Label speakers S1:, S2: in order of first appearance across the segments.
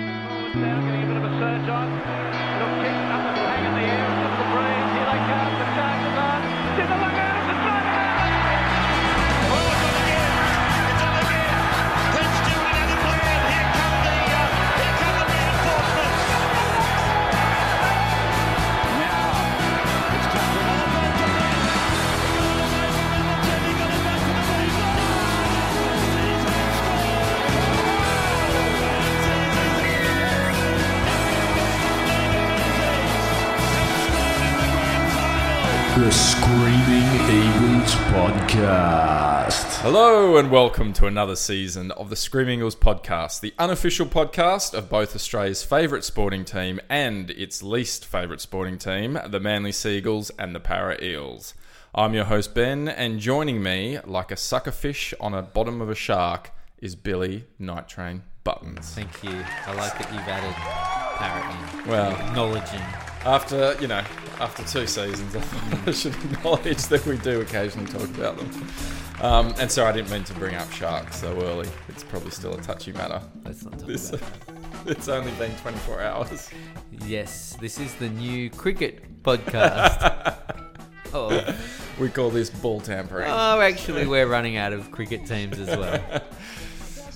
S1: down, getting a bit of a surge on. Little kick up and hang in the air, it's into the breeze. Here they come, the Chargers on. Did the long out, it's a try
S2: Well, it's up again. It's up again. Let's do it another plan. Here come the, uh, here come the reinforcements.
S3: The Screaming Eagles Podcast.
S4: Hello and welcome to another season of the Screaming Eagles podcast, the unofficial podcast of both Australia's favourite sporting team and its least favourite sporting team, the Manly Seagulls and the Para Eels. I'm your host Ben, and joining me, like a sucker fish on a bottom of a shark, is Billy Night Train Buttons.
S5: Thank you. I like that you've added parrot in.
S4: Well,
S5: Acknowledging.
S4: after you know, after two seasons, I thought I should acknowledge that we do occasionally talk about them. Um, and sorry, I didn't mean to bring up sharks so early. It's probably still a touchy matter.
S5: Let's not talk
S4: This,
S5: about
S4: it's only been 24 hours.
S5: it. Yes, this is the new cricket podcast. oh.
S4: We call this ball tampering.
S5: oh, actually, we're running out of cricket teams as well.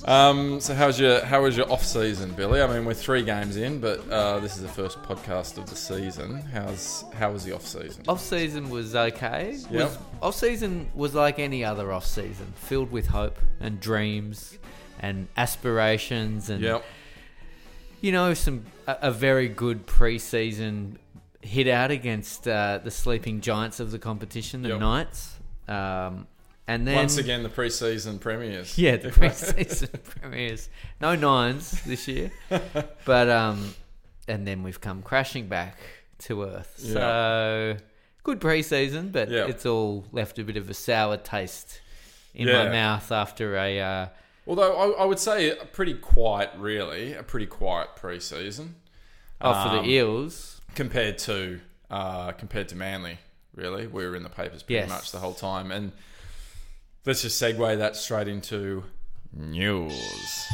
S4: Um, so how's your how was your off season, Billy? I mean, we're three games in, but uh, this is the first podcast of the season. How's how was the off season?
S5: Off season was okay. Was-
S4: Yep.
S5: Off season was like any other off season, filled with hope and dreams and aspirations and
S4: Yep.
S5: you know some a, a very good preseason hit out against uh, the sleeping giants of the competition, the
S4: Yep.
S5: Knights. Um, and then
S4: Once again, the preseason premiers.
S5: yeah, the preseason premiers. No nines this year, but um, and then we've come crashing back to earth. So good preseason, but
S4: Yeah.
S5: it's all left a bit of a sour taste in
S4: Yeah.
S5: my mouth after a uh,
S4: Although I, I would say a pretty quiet, really, a pretty quiet preseason
S5: oh for
S4: Um,
S5: the Eels.
S4: compared to uh, compared to Manly. Really, we were in the papers pretty
S5: Yes.
S4: much the whole time, and let's just segue that straight into news.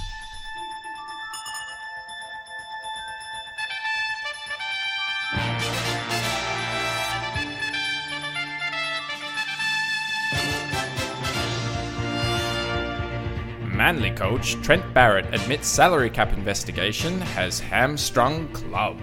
S4: Manly coach Trent Barrett admits salary cap investigation has hamstrung club.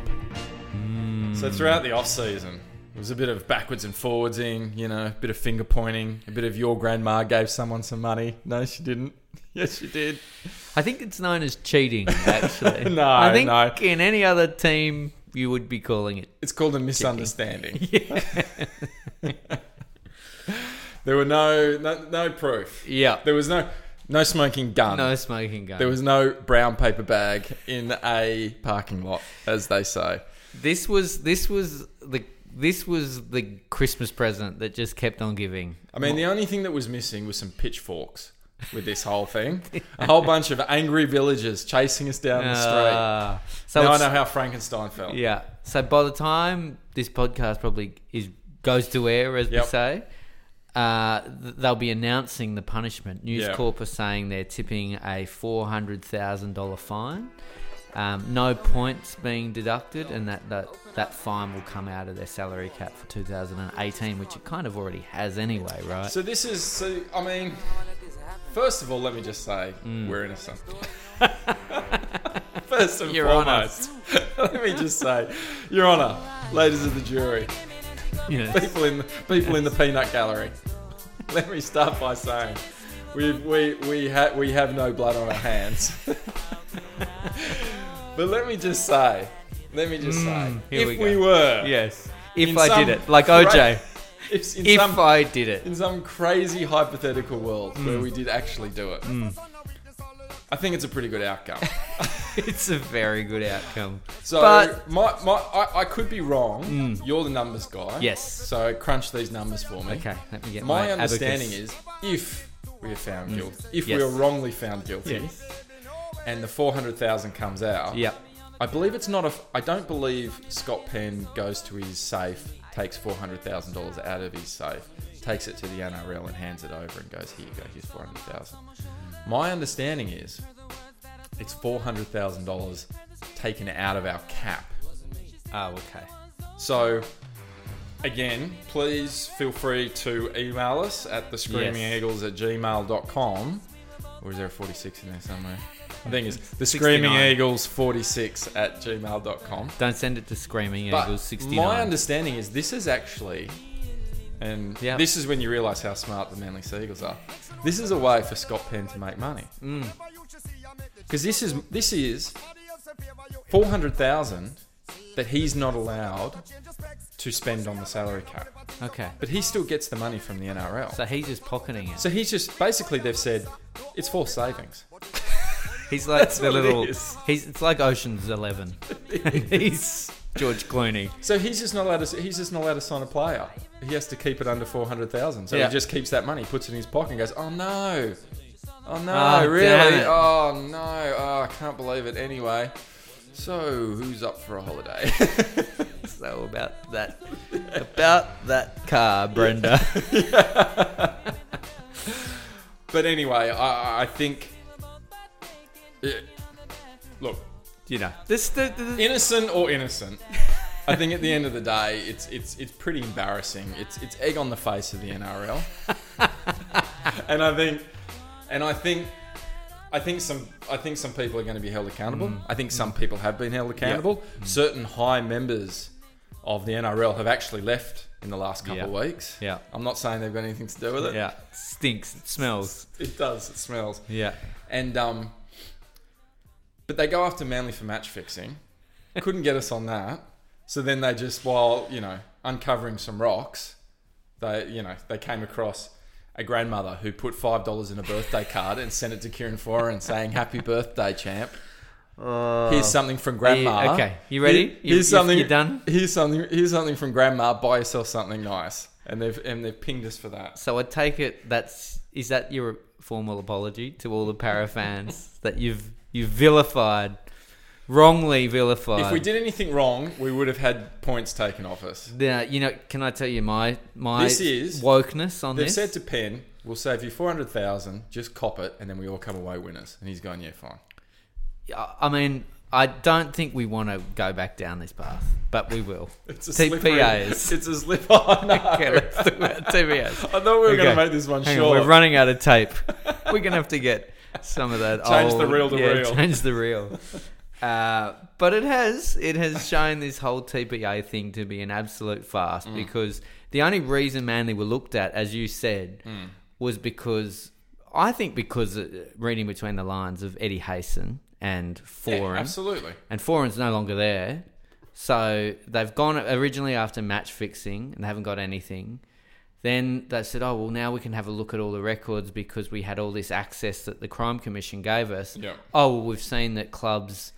S4: So throughout the off season, it was a bit of backwards and forwardsing, you know, a bit of finger pointing, a bit of your grandma gave someone some money. No, she didn't. Yes, she did.
S5: I think it's known as cheating. Actually,
S4: No,
S5: I think
S4: no.
S5: in any other team you would be calling it.
S4: It's called a misunderstanding. there were no no, no proof.
S5: Yeah,
S4: There was no no smoking gun.
S5: no smoking gun.
S4: Um, There was no brown paper bag in a parking lot, as they say.
S5: This was this was the this was the Christmas present that just kept on giving.
S4: I mean, the only thing that was missing was some pitchforks with this whole thing. A whole bunch of angry villagers chasing us down the street.
S5: Ah, so
S4: now I
S5: it's-
S4: know how Frankenstein felt.
S5: yeah. So by the time this podcast probably is goes to air, as
S4: Yep.
S5: we say, uh, th- they'll be announcing the punishment. News
S4: Yeah.
S5: Corp are saying they're tipping a four hundred thousand dollar fine. Um, no points being deducted, and that, that that fine will come out of their salary cap for 2018, which it kind of already has anyway, right?
S4: So this is. So I mean, first of all, let me just say
S5: Mm.
S4: we're innocent. first and
S5: Your Honour.
S4: foremost, let me just say, Your Honour, ladies of the jury,
S5: Yes.
S4: people in the, people in the peanut gallery. Let me start by saying, we we we ha- we have no blood on our hands. but let me just say, let me just say,
S5: Mm, here
S4: if we,
S5: we go.
S4: were,
S5: Yes. If
S4: In
S5: I
S4: some
S5: did it, like
S4: great-
S5: OJ.
S4: if, in
S5: If
S4: some,
S5: I Mm. did it.
S4: in some crazy hypothetical world where we did actually do it.
S5: Mm.
S4: I think it's a pretty good outcome.
S5: It's a very good outcome.
S4: So
S5: But- Mm.
S4: my, my I, I could be wrong. You're the numbers guy.
S5: Yes.
S4: So crunch these numbers for me.
S5: Okay, let me get
S4: My,
S5: my,
S4: understanding
S5: abacus.
S4: is if we are found guilty, if
S5: Yes.
S4: we are wrongly found guilty,
S5: Yes.
S4: and the four hundred thousand comes out.
S5: Yep.
S4: I believe it's not a. I don't believe Scott Penn goes to his safe, takes four hundred thousand dollars out of his safe, takes it to the NRL and hands it over and goes, "Here you go. Here's four hundred thousand. My understanding is, it's four hundred thousand dollars taken out of our cap.
S5: Oh, okay.
S4: So, again, please feel free to email us at the screaming
S5: Yes.
S4: eagles at gmail.com. Or is there a 46 in there somewhere? I think it's the screaming
S5: 69.
S4: eagles 46 at gmail.com.
S5: Don't send it to Screaming Eagles
S4: But
S5: 69.
S4: my understanding is this is actually, and
S5: Yep.
S4: this is when you realise how smart the Manly Seagulls are. This is a way for Scott Penn to make money because this is this is four hundred thousand that he's not allowed to spend on the salary cap,
S5: okay.
S4: but he still gets the money from the NRL.
S5: So he's just pocketing it.
S4: So he's just basically they've said it's for savings.
S5: He's like
S4: That's
S5: the
S4: what it
S5: little.
S4: is.
S5: He's it's like Ocean's Eleven. he's George Clooney.
S4: So he's just not allowed to. He's just not allowed to sign a player. He has to keep it under four hundred thousand. So
S5: Yeah.
S4: he just keeps that money, puts it in his pocket, and goes, "Oh no, oh no,
S5: Oh, damn
S4: really?
S5: it."
S4: Oh no, oh, I can't believe it." Anyway, so who's up for a holiday?
S5: So about that, about that car, Brenda.
S4: but anyway, I, I think. Yeah. Look,
S5: you know this. The, the, the-
S4: innocent or innocent. I think at the end of the day, it's it's it's pretty embarrassing. It's it's egg on the face of the NRL, and I think, and I think, I think some I think some people are going to be held accountable.
S5: Mm.
S4: I think some people have been held accountable. Certain high members of the NRL have actually left in the last couple
S5: Yeah.
S4: of weeks.
S5: Yeah.
S4: I'm not saying they've got anything to do with it.
S5: yeah, stinks. It smells.
S4: it does. It smells.
S5: Yeah.
S4: And um, but they go after Manly for match fixing. Couldn't get us on that. So then they just, while you know, uncovering some rocks, they you know they came across a grandmother who put five dollars in a birthday card and sent it to Kieran Foran saying, "Happy birthday, champ." here's something from grandma.
S5: okay. Uh, You ready?
S4: Here-
S5: You-
S4: Here's
S5: you-
S4: something.
S5: you done?
S4: Here's something. Here's something from grandma. Buy yourself something nice. And they've and they've pinged us for that.
S5: So I take it that's is that your formal apology to all the para fans that you've you vilified, wrongly vilified.
S4: If we did anything wrong, we would have had points taken off us.
S5: Now, you know, can I tell you my my
S4: This is-
S5: wokeness on
S4: They've
S5: this?
S4: said to Penn, "We'll save you four hundred thousand. Just cop it, and then we all come away winners." And he's going, "Yeah, fine."
S5: I I mean, I don't think we want to go back down this path, but we will.
S4: It's a
S5: TPAs.
S4: It's a slip on.
S5: okay, let's talk about TPAs.
S4: I thought we were going to make this one
S5: Hang on,
S4: short.
S5: we're running out of tape. We're going to have to get some of that.
S4: Change the
S5: old-
S4: reel to
S5: yeah,
S4: reel.
S5: Change the reel. Uh, but it has it has shown this whole TPA thing to be an absolute farce
S4: Mm.
S5: because the only reason Manly were looked at, as you said,
S4: Mm.
S5: was because I think because uh, reading between the lines of Eddie Hayson and
S4: Yeah,
S5: Forum,
S4: absolutely.
S5: and Foran's no longer there. So they've gone originally after match fixing and they haven't got anything. Then they said, oh, well, now we can have a look at all the records because we had all this access that the Crime Commission gave us.
S4: Yeah.
S5: Oh, well, we've seen that clubs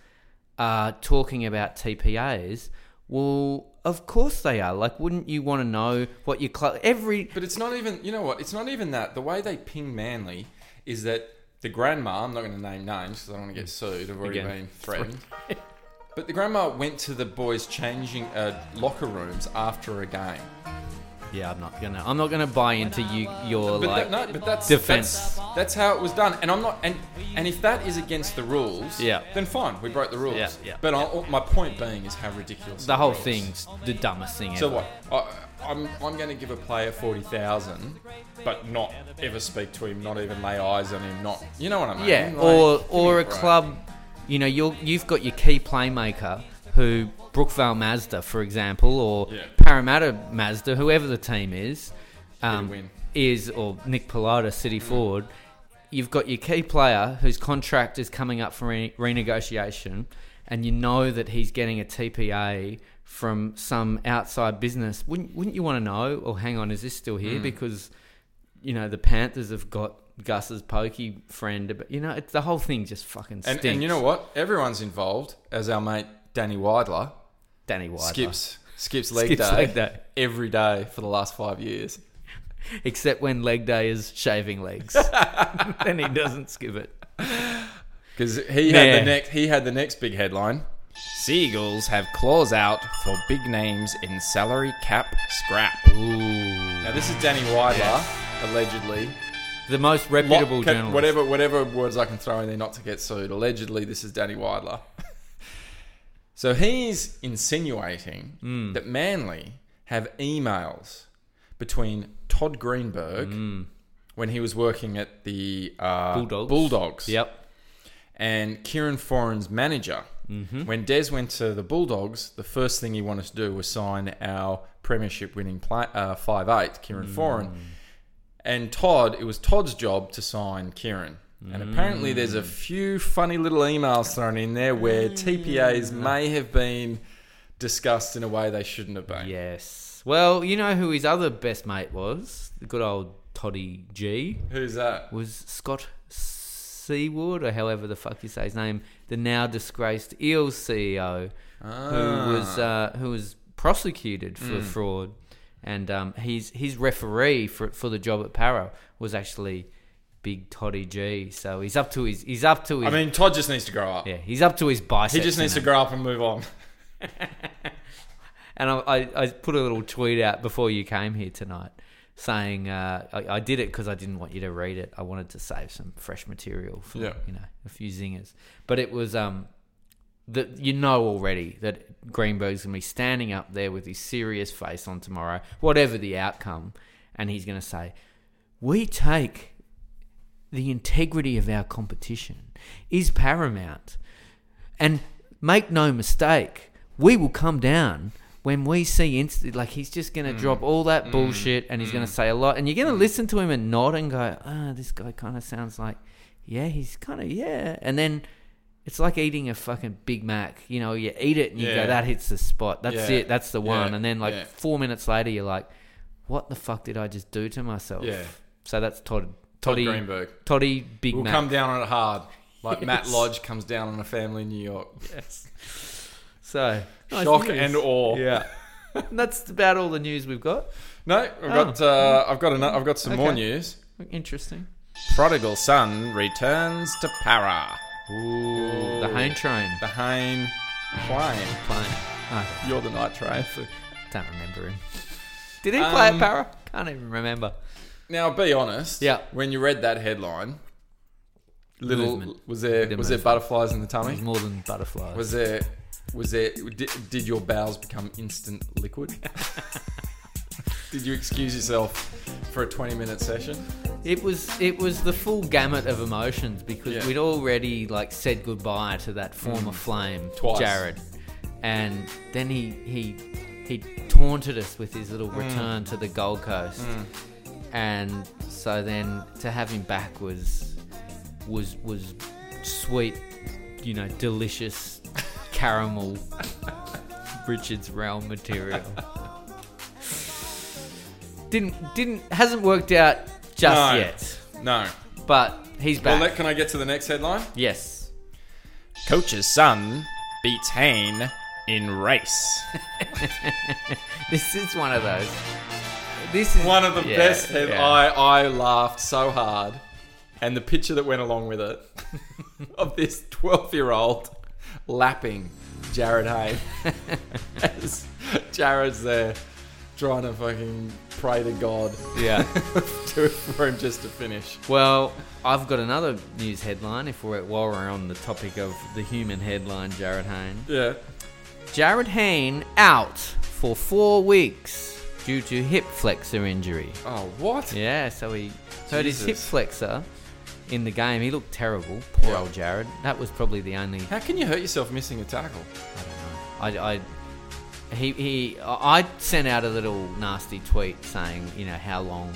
S5: are talking about TPAs. Well, of course they are. Like, wouldn't you want to know what your club. Every.
S4: But it's not even. You know what? It's not even that. The way they ping Manly is that the grandma. I'm not going to name names because I don't want to get sued. I've already
S5: Mm. Again.
S4: been threatened. but the grandma went to the boys' changing uh, locker rooms after a game.
S5: Yeah, I'm not going to. I'm not going to buy into you, your,
S4: But
S5: like.
S4: that, no, but that's
S5: defense.
S4: That's, that's how it was done, and I'm not. And and if that is against the rules,
S5: Yeah.
S4: then fine, we broke the rules.
S5: Yeah, yeah,
S4: but I, my point being is how ridiculous
S5: the whole
S4: rules.
S5: thing's the dumbest thing ever.
S4: So what? I, I'm I'm going to give a player forty thousand, but not ever speak to him, not even lay eyes on him, not. You know what I mean?
S5: Yeah,
S4: Like,
S5: or
S4: give
S5: or
S4: me
S5: a
S4: break.
S5: club, you know, you're, you've got your key playmaker who Brookvale Mazda, for example, or
S4: Yeah.
S5: Parramatta Mazda, whoever the team is, um,
S4: win. Mm.
S5: is or Nick Pilata, City forward. You've got your key player whose contract is coming up for re- renegotiation, and you know that he's getting a TPA from some outside business. Wouldn't wouldn't you want to know? Or hang on, is this still
S4: Mm.
S5: here? Because you know, the Panthers have got Gus's pokey friend. But, you know, it's, the whole thing just fucking
S4: And,
S5: stinks.
S4: and you know what? Everyone's involved, as our mate Danny Widler
S5: Danny White
S4: skips skips leg
S5: Skips
S4: day
S5: leg day.
S4: every day for the last five years.
S5: except when leg day is shaving legs, then he doesn't skip it.
S4: Because he had
S5: Nah.
S4: the next he had the next big headline. Seagulls have claws out for big names in salary cap scrap. Now this is Danny Widler, allegedly.
S5: The most
S4: Lot-
S5: reputable
S4: ca-
S5: journalist.
S4: whatever whatever words I can throw in there not to get sued. Allegedly, this is Danny Widler. So he's insinuating
S5: Hmm.
S4: that Manly have emails between Todd Greenberg when he was working at the uh,
S5: Hmm. Bulldogs.
S4: Bulldogs
S5: Yep.
S4: and Kieran Foran's manager.
S5: Mm-hmm.
S4: When Des went to the Bulldogs, the first thing he wanted to do was sign our premiership winning play, uh, 5'8", Kieran Foran.
S5: Mm.
S4: And Todd, it was Todd's job to sign Kieran. And apparently there's
S5: Mm.
S4: a few funny little emails thrown in there where TPAs may have been discussed in a way they shouldn't have been.
S5: Yes. Well, you know who his other best mate was? The good old Toddy G.
S4: Who's that?
S5: was Scott Seaward, or however the fuck you say his name, the now disgraced E Eels CEO,
S4: Ah.
S5: who was uh, who was prosecuted
S4: Mm.
S5: for fraud, and um, his his referee for for the job at Para was actually Big Toddy G. So he's up to his he's up to
S4: I
S5: his
S4: mean, Todd just needs to grow up.
S5: yeah he's up to his biceps.
S4: He just needs to grow up and move on.
S5: and I, I, I put a little tweet out before you came here tonight saying uh, I, I did it because I didn't want you to read it. I wanted to save some fresh material for
S4: Yeah.
S5: you know a few zingers, but it was um that you know already that Greenberg's gonna be standing up there with his serious face on tomorrow, whatever the outcome, and he's gonna say, "We take." The integrity of our competition is paramount. And make no mistake, we will come down when we see inst- like he's just going to
S4: Mm.
S5: drop all that bullshit and he's going to say a lot and you're going to listen to him and nod and go, "Ah, this guy kind of sounds like yeah, he's kind of yeah." And then it's like eating a fucking Big Mac. You know, you eat it and you
S4: Yeah.
S5: go, "That hits the spot. That's
S4: Yeah.
S5: it. That's the one."
S4: Yeah.
S5: And then like
S4: Yeah.
S5: 4 minutes later you're like, "What the fuck did I just do to myself?"
S4: Yeah.
S5: So that's Todd
S4: Todd
S5: Toddy
S4: Greenberg.
S5: Toddy Big
S4: We'll
S5: Mac.
S4: come down on it hard. Like Matt
S5: Yes.
S4: Lodge comes down on a family in New York.
S5: So nice
S4: Shock
S5: news.
S4: and awe.
S5: Yeah. and that's about all the news we've got.
S4: No, I've got uh, I've got ano- I've got some more
S5: Oh. Okay.
S4: news.
S5: Interesting.
S4: Prodigal son returns to Para. Ooh,
S5: The Hane train.
S4: The Hane plane.
S5: Plane. I
S4: You're the night train.
S5: don't remember him. Did he play
S4: Um,
S5: at Para? Can't even remember.
S4: Now, be honest.
S5: Yeah.
S4: When you read that headline, little
S5: Movement.
S4: was there
S5: Bit
S4: was
S5: of
S4: there butterflies in the
S5: It was
S4: tummy?
S5: more than butterflies.
S4: Was there was there did, did your bowels become instant liquid? did you excuse yourself for a 20 minute session?
S5: It was it was the full gamut of emotions because
S4: Yeah. Mm.
S5: we'd already like said goodbye to that former flame,
S4: Twice.
S5: Jared, and then he he he taunted us with his
S4: Mm.
S5: little return to the Gold Coast, and so then to have him back was was was sweet, you know, delicious caramel Richard's realm material. didn't didn't hasn't worked out just
S4: No.
S5: yet.
S4: No.
S5: But he's
S4: Well,
S5: back.
S4: let, can I get to the next headline?
S5: yes.
S4: Coach's son beats Hain in race.
S5: This is one of those. This is
S4: One of the
S5: yeah,
S4: best. Head-
S5: yeah.
S4: I I laughed so hard, and the picture that went along with it of this twelve-year-old lapping Jared Hayne. As Jared's there trying to fucking pray to God
S5: yeah.
S4: to, for him just to finish.
S5: Well, I've got another news headline if we're while we're on the topic of the human headline, Jared Hayne.
S4: Yeah.
S5: Jared Hayne out for four weeks due to hip flexor injury.
S4: Oh what?
S5: Yeah, so he hurt his hip
S4: Jesus.
S5: flexor in the game. He looked terrible. Poor
S4: Yeah.
S5: old Jared. That was probably the only
S4: How can you hurt yourself missing a tackle?
S5: I, I he, he I I sent out a little nasty tweet saying, you know, how long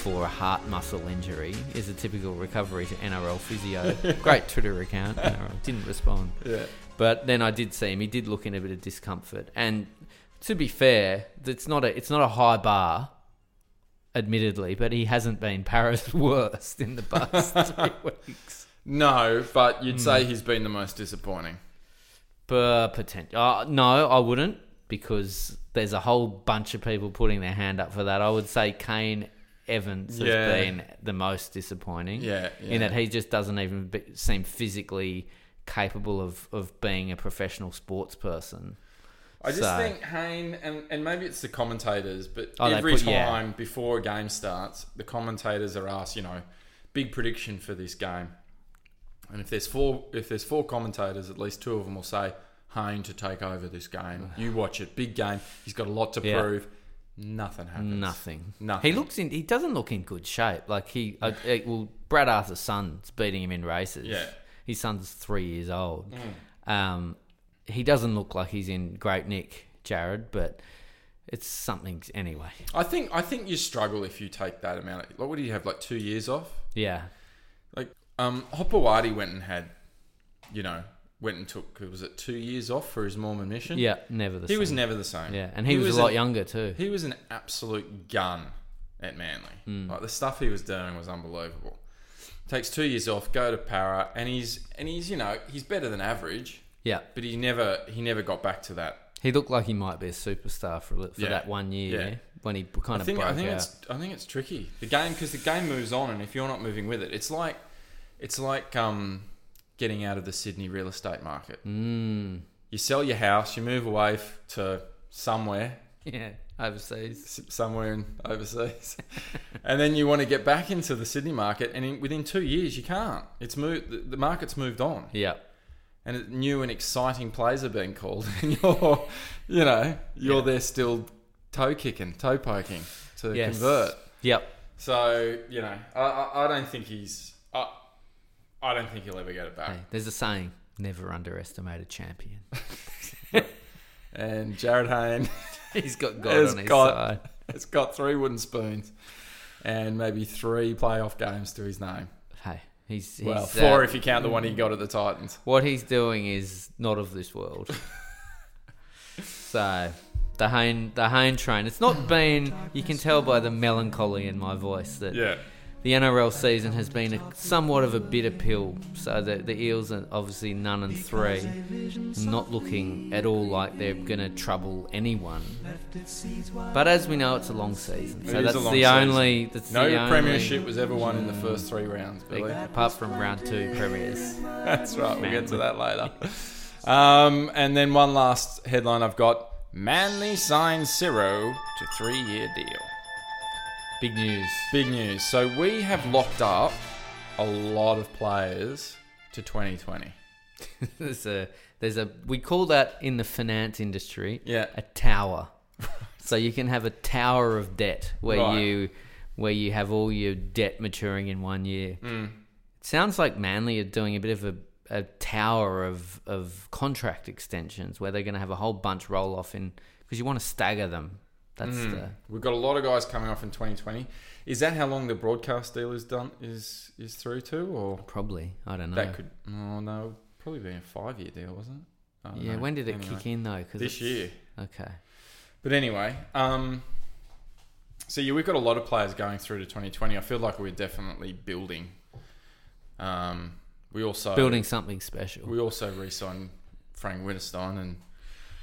S5: for a heart muscle injury is a typical recovery to NRL physio. Great Twitter account. NRL didn't respond.
S4: Yeah.
S5: But then I did see him. He did look in a bit of discomfort. And to be fair, it's not a it's not a high bar, admittedly. But he hasn't been Paris worst in the past three weeks.
S4: No, but you'd say he's been the most disappointing.
S5: But potential. Uh, no, I wouldn't because there's a whole bunch of people putting their hand up for that. I would say Kane Evans has
S4: Yeah.
S5: been the most disappointing.
S4: Yeah, yeah.
S5: In that he just doesn't even be, seem physically capable of, of being a professional sports person.
S4: I just
S5: So-
S4: think Hayne, and, and maybe it's the commentators, but
S5: Oh, they
S4: every
S5: put- yeah.
S4: time before a game starts, the commentators are asked, you know, big prediction for this game. And if there's four, if there's four commentators, at least two of them will say Hayne to take over this game. You watch it. Big game. He's got a lot to
S5: Yeah.
S4: prove. Nothing happens.
S5: Nothing.
S4: Nothing.
S5: He looks in. He doesn't look in good shape. Like he, uh, uh, well, Brad Arthur's son's beating him in races.
S4: Yeah. Mm.
S5: his son's three years old. Um, he doesn't look like he's in great nick, Jared. But it's something anyway.
S4: I think I think you struggle if you take that amount. Of, like, what do you have? Like two years off.
S5: Yeah,
S4: Like, um, Hopewadi went and had, you know, went and took. Was it two years off for his Mormon mission?
S5: yeah. Never the
S4: He
S5: same.
S4: was never the same.
S5: yeah, and he, was, a lot
S4: an-
S5: younger too.
S4: He was an absolute gun at Manly.
S5: Hmm.
S4: Like the stuff he was doing was unbelievable. Takes two years off, go to Para, and he's and he's you know he's better than average,
S5: yeah,
S4: but he never he never got back to that.
S5: he looked like he might be a superstar for li- for
S4: Yeah.
S5: that one year
S4: Yeah.
S5: when he
S4: I
S5: kind of
S4: think
S5: broke
S4: I think
S5: out.
S4: it's I think it's tricky the game because the game moves on, and if you're not moving with it, it's like it's like um, getting out of the Sydney real estate market.
S5: Mm.
S4: You sell your house, you move away f- to somewhere,
S5: yeah, overseas.
S4: s- somewhere in overseas, and then you want to get back into the Sydney market, and in, within two years you can't. It's moved. The, the market's moved on,
S5: Yeah,
S4: and it- new and exciting plays are being called, and you're, you know, you're there still toe kicking, toe poking to
S5: yes.
S4: convert.
S5: Yep.
S4: So you know, I, I, I don't think he's. I, I don't think he'll ever get it back.
S5: Hey, there's a saying: never underestimate a champion.
S4: And Jared Hayne
S5: He's got God
S4: Has
S5: on his
S4: got-
S5: side.
S4: has got three wooden spoons, and maybe three playoff games to his name.
S5: Hey, he's, he's
S4: Well,
S5: uh,
S4: four if you count the one he got at the Titans.
S5: what he's doing is not of this world. so the Hane the Hane train. It's not been. You can tell by the melancholy in my voice that
S4: Yeah.
S5: the NRL season has been a, somewhat of a bitter pill. So the, the Eels are obviously none and three, not looking at all like they're going to trouble anyone. But as we know, it's a long season. So
S4: It is a
S5: that's
S4: long
S5: the
S4: season.
S5: only. That's
S4: No
S5: the only-
S4: premiership was ever won in the first three rounds, Billy.
S5: Apart from round two premiers.
S4: That's right. We'll get to that later. Um, and then one last headline I've got Manly signs Ciro to three year deal.
S5: Big news.
S4: Big news. So we have locked up a lot of players to 2020.
S5: There's a there's a we call that in the finance industry
S4: Yeah.
S5: a tower. so you can have a tower of debt where
S4: Right.
S5: you where you have all your debt maturing in one year.
S4: Mm.
S5: It sounds like Manly are doing a bit of a a tower of of contract extensions where they're going to have a whole bunch roll off in because you want to stagger them. That's
S4: Mm.
S5: the
S4: Hmm. We've got a lot of guys coming off in 2020. Is that how long the broadcast deal is done is is through to, or
S5: probably I don't know.
S4: that could? Oh no, probably be a five year deal, wasn't it? I don't
S5: yeah,
S4: know.
S5: when did it
S4: Anyway.
S5: kick in though? Cause
S4: This
S5: it's-
S4: year.
S5: Okay.
S4: But anyway, um, so yeah, we've got a lot of players going through to 2020. I feel like we're definitely building. Um, we also
S5: Building something special.
S4: We also re-signed Frank Winterstein, and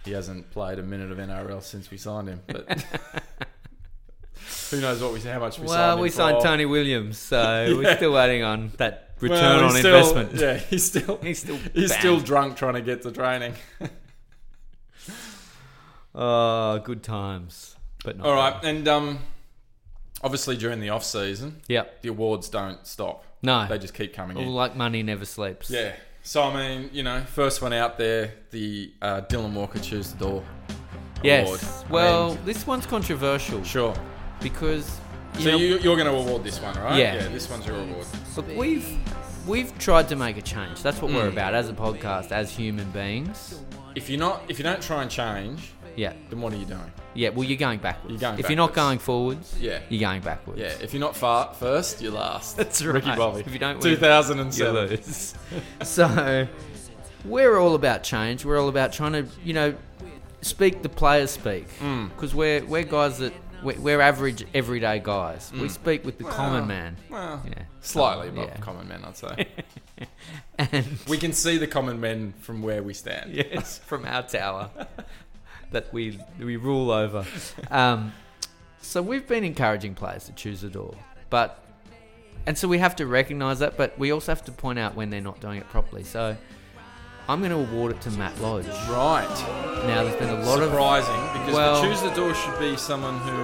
S4: he hasn't played a minute of NRL since we signed him. But who knows what we how much we signed
S5: Well,
S4: him
S5: we
S4: for.
S5: signed Tony Williams, so we're
S4: Yeah.
S5: still waiting on that
S4: Well,
S5: return
S4: he's
S5: on
S4: still-
S5: investment.
S4: Yeah, he's still
S5: He's still
S4: he's still
S5: banned.
S4: drunk trying to get to training.
S5: Oh, good times, but not
S4: All right,
S5: bad.
S4: and um, obviously during the off season,
S5: Yep.
S4: the awards don't stop.
S5: No.
S4: they just keep coming in.
S5: All like money never sleeps.
S4: Yeah. So I mean, you know, first one out there, the uh, Dylan Walker choose the door. award.
S5: Yes.
S4: I
S5: Well,
S4: mean,
S5: this one's controversial
S4: sure.
S5: because you
S4: So
S5: know,
S4: you, you're going to award this one, right?
S5: Yeah.
S4: Yeah. This one's your award.
S5: Look, we've we've tried to make a change. That's what we're
S4: Mm.
S5: about as a podcast, as human beings.
S4: If you're not, if you don't try and change,
S5: Yeah.
S4: then what are you doing?
S5: Yeah. Well, you're going backwards.
S4: You're going
S5: if you're not
S4: backwards.
S5: going forwards,
S4: Yeah.
S5: you're going backwards.
S4: Yeah. If you're not far first, you're last.
S5: That's right.
S4: Ricky Bobby.
S5: If you don't win,
S4: 2007.
S5: so we're all about change. We're all about trying to, you know, speak the players speak because we're we're guys that we're, we're average everyday guys. We speak with the common man.
S4: Well,
S5: Yeah.
S4: slightly above
S5: Yeah.
S4: common men, I'd say.
S5: And
S4: we can see the common men from where we stand.
S5: yes, from our tower that we we rule over. Um, so we've been encouraging players to choose a door, but and so we have to recognise that, but we also have to point out when they're not doing it properly. So I'm going to award it to Matt Lodge.
S4: Right.
S5: Now there's been a lot of
S4: Surprising, because
S5: Well-
S4: the choose the door should be someone who.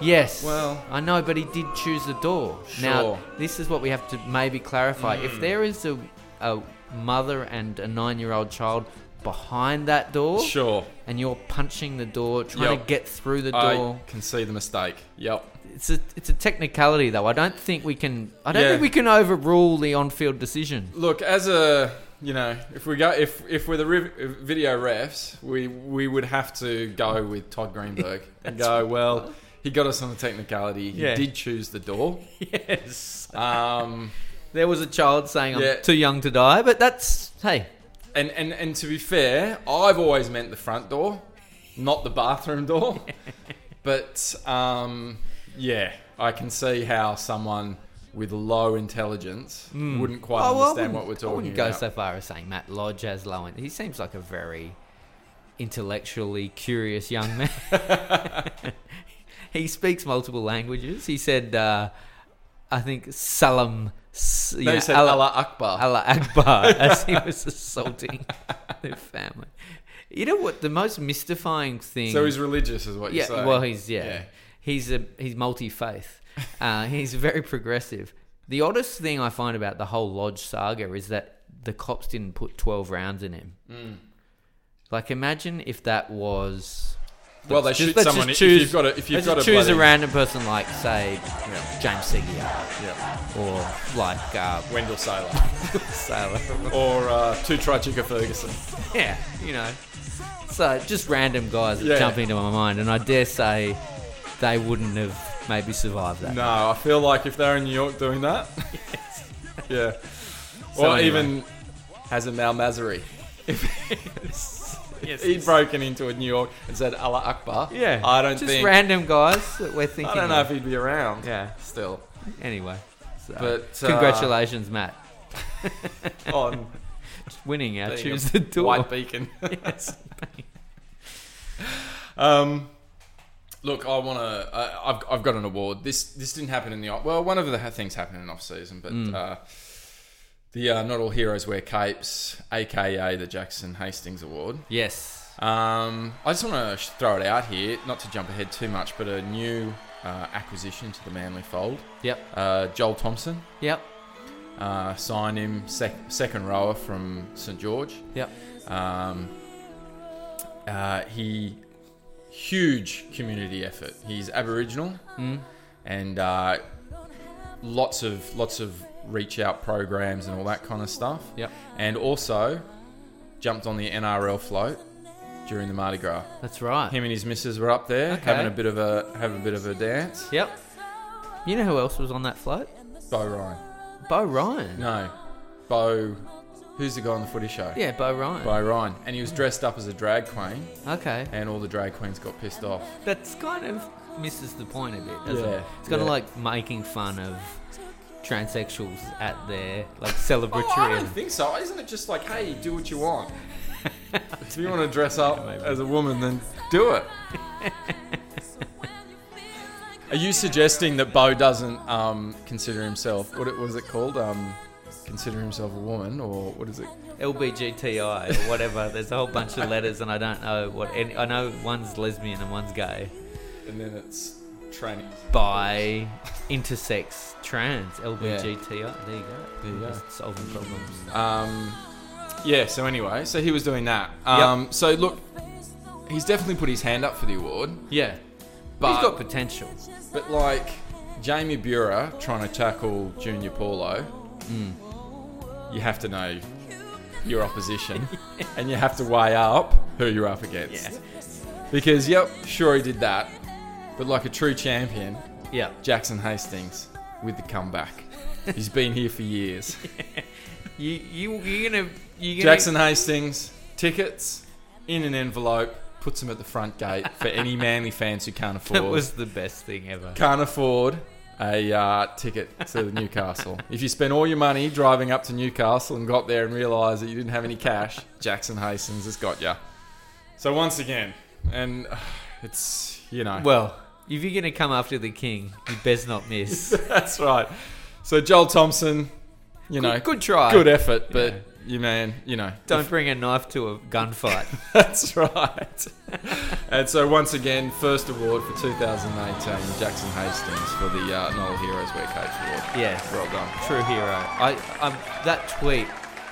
S5: Yes.
S4: Well-
S5: I know, but he did choose the door. Now,
S4: Sure. Mm.
S5: this is what we have to maybe clarify. If there is a, a mother and a nine year old child behind that door,
S4: Sure.
S5: and you're punching the door, trying
S4: Yep.
S5: to get through the
S4: I
S5: door.
S4: can see the mistake. Yep.
S5: It's a it's a technicality though. I don't think we can. I don't
S4: Yeah.
S5: think we can overrule the on-field decision.
S4: Look, as a you know, if we go if if we're the riv- video refs, we we would have to go with Todd Greenberg and go well. He got us on the technicality. He
S5: Yeah.
S4: did choose the door.
S5: Yes.
S4: Um,
S5: There was a child saying
S4: Yeah.
S5: I'm too young to die, but that's hey.
S4: and, and and to be fair, I've always meant the front door, not the bathroom door. but um, yeah, I can see how someone with low intelligence wouldn't quite
S5: Oh, well,
S4: understand what we're
S5: I
S4: talking
S5: wouldn't
S4: about.
S5: go so far as saying Matt Lodge has low. in- He seems like a very intellectually curious young man. he speaks multiple languages. He said, uh, I think Salam. s-
S4: no,
S5: yeah,
S4: you said
S5: Allah-
S4: Allah Akbar.
S5: Allah Akbar as he was assaulting their family. You know what? The most mystifying thing.
S4: So he's religious, is what
S5: yeah.
S4: you're saying.
S5: Well, he's yeah.
S4: Yeah.
S5: He's a he's multi faith. Uh, he's very progressive. The oddest thing I find about the whole Lodge saga is that the cops didn't put twelve rounds in him.
S4: Hmm.
S5: Like, imagine if that was.
S4: Well, Oh, they
S5: let's
S4: shoot
S5: let's
S4: someone if you've got a- if you've
S5: let's
S4: got
S5: just
S4: a
S5: choose a
S4: bloody-
S5: random person, like say
S4: Yeah.
S5: James Segia
S4: Yeah.
S5: or like uh,
S4: Wendell Saylor
S5: Sailor.
S4: or uh, two try Chika Ferguson.
S5: Yeah, you know. So just random guys that
S4: Yeah.
S5: jump into my mind, and I dare say they wouldn't have maybe survived that.
S4: No, I feel like if they're in New York doing that, yeah,
S5: So
S4: or
S5: anyway.
S4: even has a Malmazari.
S5: Yes,
S4: He'd broken into a New York and said Allah Akbar.
S5: yeah.
S4: I don't
S5: just
S4: think.
S5: random guys that we're thinking.
S4: I don't know if
S5: of.
S4: he'd be around.
S5: Yeah.
S4: Still,
S5: Anyway, so
S4: But, uh,
S5: congratulations, Matt,
S4: on
S5: winning our
S4: being a
S5: choose the door.
S4: white beacon.
S5: Yes.
S4: Um, look, I want to. I've, I've got an award. This this didn't happen in the off. Well, one of the ha- things happened in off season, but
S5: Mm.
S4: uh, the uh, not all heroes wear capes, aka the Jackson Hastings Award.
S5: yes.
S4: Um, I just want to throw it out here, not to jump ahead too much, but a new uh, acquisition to the Manly fold.
S5: Yep.
S4: Uh, Joel Thompson
S5: Yep.
S4: uh, signed him sec- second rower from St George.
S5: Yep.
S4: Um, uh, he huge community effort. He's Aboriginal,
S5: Hmm.
S4: and uh, lots of lots of reach out programs and all that kind of stuff.
S5: Yep.
S4: And also jumped on the NRL float during the Mardi Gras.
S5: That's right.
S4: Him and his missus were up there
S5: Okay.
S4: having a bit of a having a bit of a dance.
S5: Yep. You know who else was on that float?
S4: Bo Ryan,
S5: Bo Ryan.
S4: no, Bo, who's the guy on the Footy Show?
S5: Yeah, Bo Ryan.
S4: Bo Ryan, and he was dressed up as a drag queen.
S5: Okay.
S4: and all the drag queens got pissed off.
S5: that's kind of misses the point a bit, doesn't it?
S4: Yeah,
S5: It's kind of
S4: yeah.
S5: like making fun of transsexuals at their like celebratory. and-
S4: Oh, think so. Isn't it just like, hey, do what you want? if you want to dress up as a woman, then do it. Are you suggesting that Bo doesn't um, consider himself what it was it called? Um, consider himself a woman, or what is it?
S5: LBGTI or whatever. There's a whole bunch of letters, and I don't know what. Any, I know one's lesbian and one's gay.
S4: And then it's training.
S5: Bi, intersex, trans, LBGTI. There you go.
S4: There you go.
S5: Just solving problems.
S4: Um, yeah. So anyway, so he was doing that. Um, So look, he's definitely put his hand up for the award,
S5: Yeah,
S4: but
S5: he's got potential.
S4: But like Jamie Bura trying to tackle Junior Paulo, hmm, you have to know your opposition and you have to weigh up who you're up against. Because, yep, sure he did that. But like a true champion,
S5: Yeah.
S4: Jackson Hastings with the comeback. He's been here for years.
S5: You you you're gonna you gonna
S4: Jackson Hastings, tickets in an envelope, puts them at the front gate for any Manly fans who can't afford
S5: That was the best thing ever.
S4: can't afford a uh, ticket to Newcastle. if you spent all your money driving up to Newcastle and got there and realised that you didn't have any cash, Jackson Hastings has got you. So once again, and uh, it's you know
S5: Well, if you're gonna come after the king, you best not miss.
S4: that's right. So Joel Thompson, you know,
S5: good try.
S4: good effort, but
S5: Yeah.
S4: you man, you know,
S5: Don't bring a knife to a gunfight.
S4: That's right. and so once again, first award for 2018, Jackson Hastings for the uh, Noel Heroes Wear Coach Award.
S5: Yes.
S4: well done.
S5: True hero. I, um, that tweet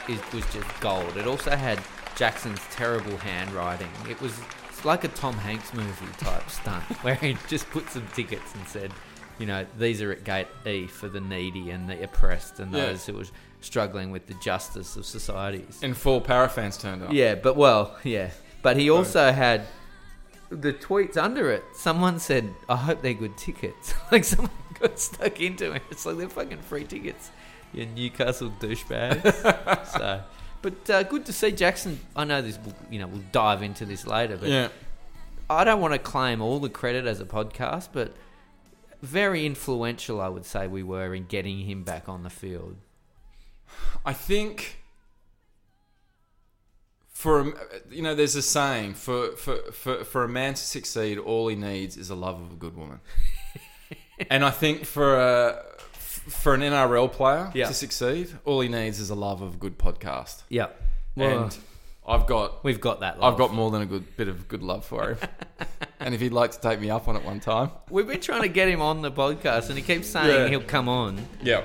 S5: is, was just gold. It also had Jackson's terrible handwriting. It was it's like a Tom Hanks movie type stunt where he just put some tickets and said, you know, these are at gate E for the needy and the oppressed and
S4: Yeah.
S5: those who were struggling with the justice of societies.
S4: And full Parafans turned up.
S5: Yeah, but well, yeah. But he also had the tweets under it. Someone said, "I hope they're good tickets." like someone got stuck into it. It's like they're fucking free tickets. You Newcastle douchebags. so, but uh, good to see Jackson. I know this. will You know, we'll dive into this later. But
S4: Yeah.
S5: I don't want to claim all the credit as a podcast, but very influential, I would say we were in getting him back on the field.
S4: I think for a, you know, there's a saying for for, for for a man to succeed, all he needs is a love of a good woman. and I think for a for an NRL player
S5: Yeah.
S4: to succeed, all he needs is a love of a good podcast.
S5: Yeah,
S4: and
S5: uh,
S4: I've got
S5: we've got that.
S4: I've got more than a good bit of good love for him. and if he'd like to take me up on it one time,
S5: We've been trying to get him on the podcast, and he keeps saying
S4: Yeah.
S5: he'll come on
S4: yeah.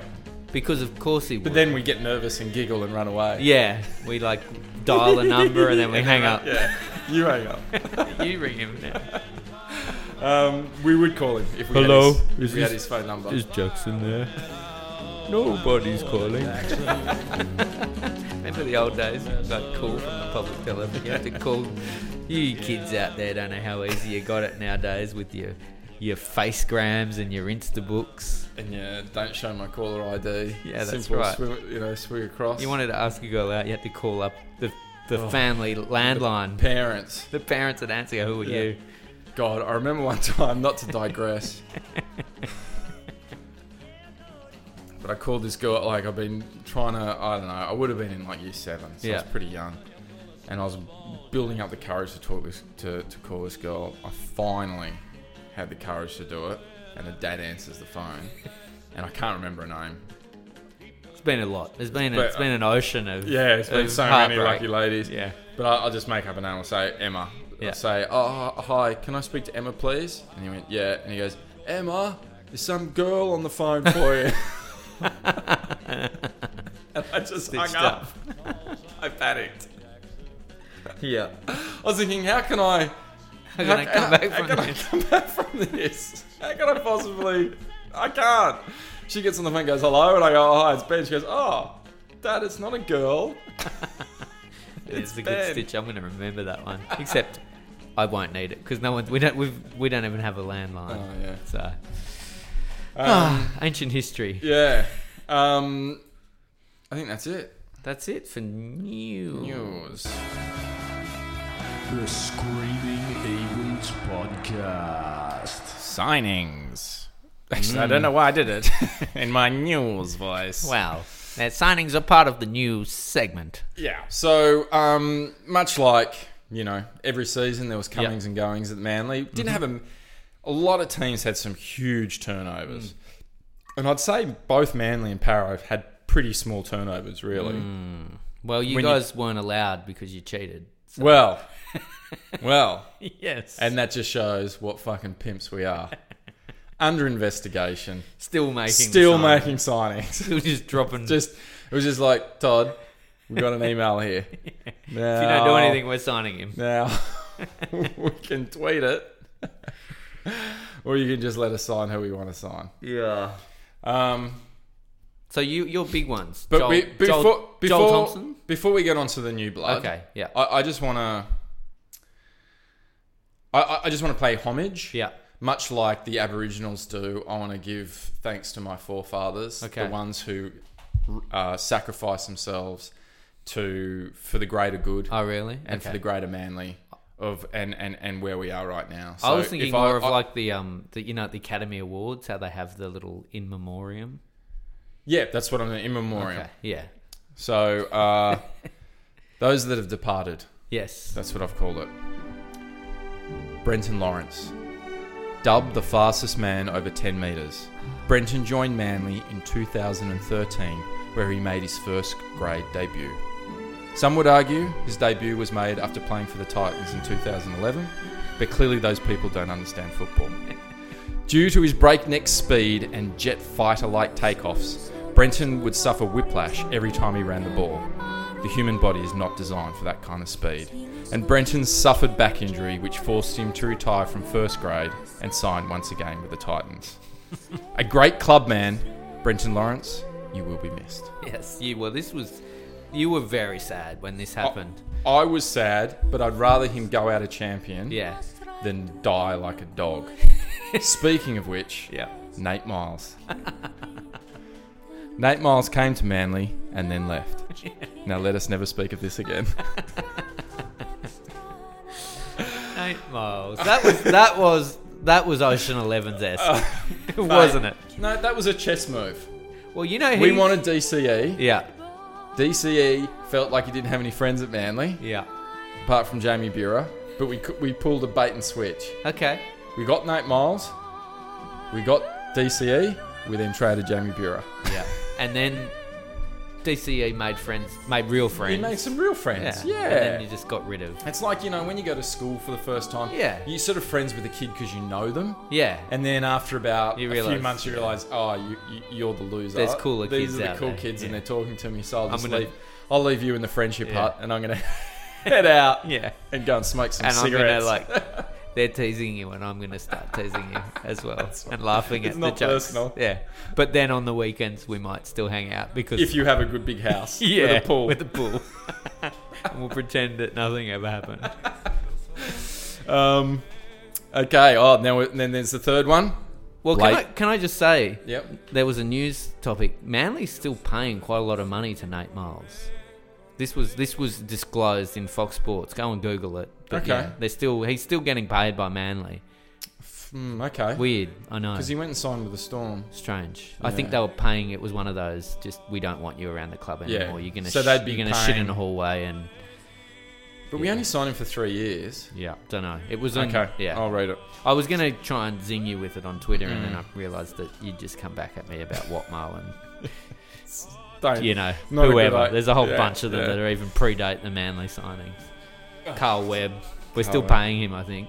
S5: because, of course, he would.
S4: But then we get nervous and giggle and run away.
S5: yeah, we like dial a number and then we hang up.
S4: Yeah, you hang up.
S5: You ring him now.
S4: Um, we would call him if we,
S6: Hello?
S4: had, his, if
S6: Is
S4: we had
S6: this-
S4: his phone number.
S6: Is Jackson there? Nobody's calling.
S5: Remember the old days? when You got call from the public telephone. You have to call. You kids out there don't know how easy you got it nowadays with your your facegrams and your Insta books.
S4: and yeah, don't show my caller ID.
S5: Yeah, that's
S4: Simple
S5: right.
S4: Swing, you know, swing across.
S5: You wanted to ask a girl out, you had to call up the the
S4: Oh.
S5: family landline.
S4: parents?
S5: The parents would answer, "Who are
S4: Yeah.
S5: you?"
S4: God, I remember one time. Not to digress, but I called this girl. Like I've been trying to. I don't know. I would have been in like year seven, so I
S5: Yeah.
S4: was pretty young. And I was building up the courage to talk this, to, to call this girl. I finally had the courage to do it, and the dad answers the phone, and I can't remember her name.
S5: It's been a lot. There's been a,
S4: But-
S5: it's been an ocean of
S4: Yeah, it's been
S5: of
S4: so many
S5: heartbreak.
S4: lucky ladies.
S5: Yeah.
S4: But I, I'll just make up a name. I'll say, Emma.
S5: Yeah.
S4: I'll say, oh, hi, can I speak to Emma, please? And he went, yeah. And he goes, Emma, there's some girl on the phone for you. and I just hung
S5: Stitched
S4: up. I panicked.
S5: Yeah.
S4: I was thinking, how can I...
S5: How can I come back
S4: how
S5: from
S4: can I
S5: this?
S4: come back from this? How can I possibly... I can't. She gets on the phone and goes, hello. And I go, oh, hi, it's Ben. She goes, oh, Dad, it's not a girl.
S5: It's a good
S4: bad.
S5: stitch. I'm going to remember that one. Except I won't need it because no one we don't we've, we don't even have a landline.
S4: Oh, yeah.
S5: So
S4: Oh.
S5: Ah,
S4: Um,
S5: ancient history.
S4: Yeah. Um, I think that's it.
S5: That's it for new.
S4: News.
S3: The Screaming Eagles Podcast.
S4: Signings. Actually, I don't know why I did it in my news voice.
S5: Wow. Now signings are part of the new segment.
S4: Yeah. So, um, much like you know, every season there was comings and goings at Manly. Didn't have a, a lot of teams had some huge turnovers, and I'd say both Manly and Paro have had pretty small turnovers, really.
S5: Well, you
S4: When you-
S5: guys weren't allowed because you cheated.
S4: Well, well,
S5: Yes. And
S4: and that just shows what fucking pimps we are. Under investigation.
S5: still making.
S4: still
S5: the sign.
S4: making signings.
S5: Still just dropping.
S4: just it was just like Todd, we got an email here.
S5: if you don't do anything, we're signing him.
S4: now, we can tweet it, or you can just let us sign who we want to sign.
S5: Yeah.
S4: Um,
S5: So you your big ones.
S4: but
S5: Joel,
S4: we, before
S5: Joel,
S4: before
S5: Joel Thompson.
S4: before we get on to the new blood,
S5: Okay, yeah.
S4: I, I just want to. I- I, I just want to play homage.
S5: Yeah.
S4: Much like the Aboriginals do, I want to give thanks to my forefathers,
S5: Okay.
S4: the ones who uh, sacrificed themselves to for the greater good
S5: Oh really?
S4: and for
S5: Okay.
S4: the greater manly of and, and, and where we are right now.
S5: I
S4: So
S5: was
S4: if
S5: thinking
S4: I-
S5: more of
S4: I-
S5: like the um, the, you know, at the Academy Awards, how they have the little in memoriam.
S4: yeah, that's what I'm in memoriam.
S5: Okay. Yeah.
S4: So uh, those that have departed.
S5: Yes.
S4: That's what I've called it. Brenton Lawrence. Dubbed the fastest man over 10 metres. Brenton joined Manly in 2013, where he made his first grade debut. Some would argue his debut was made after playing for the Titans in 2011, but clearly those people don't understand football. Due to his breakneck speed and jet fighter like takeoffs, Brenton would suffer whiplash every time he ran the ball. The human body is not designed for that kind of speed. And Brenton suffered back injury, which forced him to retire from first grade and sign once again with the Titans. A great club man, Brenton Lawrence, you will be missed.
S5: Yes, you were. This was. You were very sad when
S4: Oh.
S5: this happened.
S4: I was sad, but I'd rather him go out a champion
S5: Yeah.
S4: than die like a dog. Speaking of which,
S5: Yeah.
S4: Nate Miles. Nate Miles came to Manly and then left. Now let us never speak of this again.
S5: Eight miles. That was. That was. That was Ocean 11's
S4: Uh,
S5: esque, wasn't it?
S4: No, that was a chess move.
S5: Well, you know he.
S4: We wanted E. DCE.
S5: Yeah.
S4: DCE E felt like he didn't have any friends at Manly,
S5: Yeah.
S4: apart from Jamie Bura. But we, cou- we pulled a bait and switch.
S5: Okay.
S4: We got Nate Miles. We got DCE. We then traded Jamie Bura.
S5: Yeah. And then DCE made friends, made real friends.
S4: He made some real friends. Yeah.
S5: And then you just got rid of.
S4: It's like, you know, when you go to school for the first time,
S5: Yeah.
S4: you're sort of friends with a kid because you know them.
S5: Yeah.
S4: And then after about
S5: You
S4: a
S5: realise,
S4: few months, you realise, oh, you, you, you're the loser.
S5: There's cooler
S4: These
S5: kids
S4: are the
S5: out
S4: cool
S5: there.
S4: kids, and
S5: Yeah.
S4: they're talking to me, so I'll just
S5: gonna-
S4: leave. I'll leave you in the friendship
S5: Yeah.
S4: hut, and I'm going to head out
S5: yeah.
S4: and go and smoke some
S5: And
S4: cigarettes.
S5: I'm gonna like. They're teasing you, and I'm gonna start teasing you as well,
S4: That's
S5: and laughing
S4: It's
S5: at
S4: not
S5: the jokes.
S4: personal.
S5: Yeah. But then on the weekends we might still hang out because
S4: if you have a good big house
S5: yeah
S4: with a pool.
S5: with a pool. and we'll pretend that nothing ever happened.
S4: um, okay. Oh, now we- then there's the third one.
S5: Well, can I,
S4: Blake.
S5: can I just say
S4: Yep.
S5: there was a news topic. Manly's still paying quite a lot of money to Nate Miles. This was this was disclosed in Fox Sports. Go and Google it. But
S4: Okay.
S5: yeah, they're still he's still getting paid by Manly.
S4: Hmm, okay.
S5: Weird, I know.
S4: Because he went and signed with the Storm.
S5: Strange. I think
S4: Yeah.
S5: they were paying. It was one of those. Just we don't want you around the club
S4: Yeah.
S5: anymore. You're gonna
S4: So
S5: sh-
S4: they'd be
S5: you're gonna shit in
S4: paying-
S5: the hallway and
S4: But we only signed him for three years.
S5: yeah, don't know. It was on,
S4: Okay. Oh.
S5: Yeah,
S4: I'll read it.
S5: I was gonna try and zing you with it on Twitter, and then
S4: Mm.
S5: I realised that you'd just come back at me about Watmo and
S4: Don't.
S5: you know,
S4: Not a good
S5: whoever.
S4: idea.
S5: There's a whole
S4: Yeah,
S5: bunch of them
S4: yeah.
S5: that are even predate the Manly signings. Carl Webb, we're still
S4: Carl Webb.
S5: paying him, I think.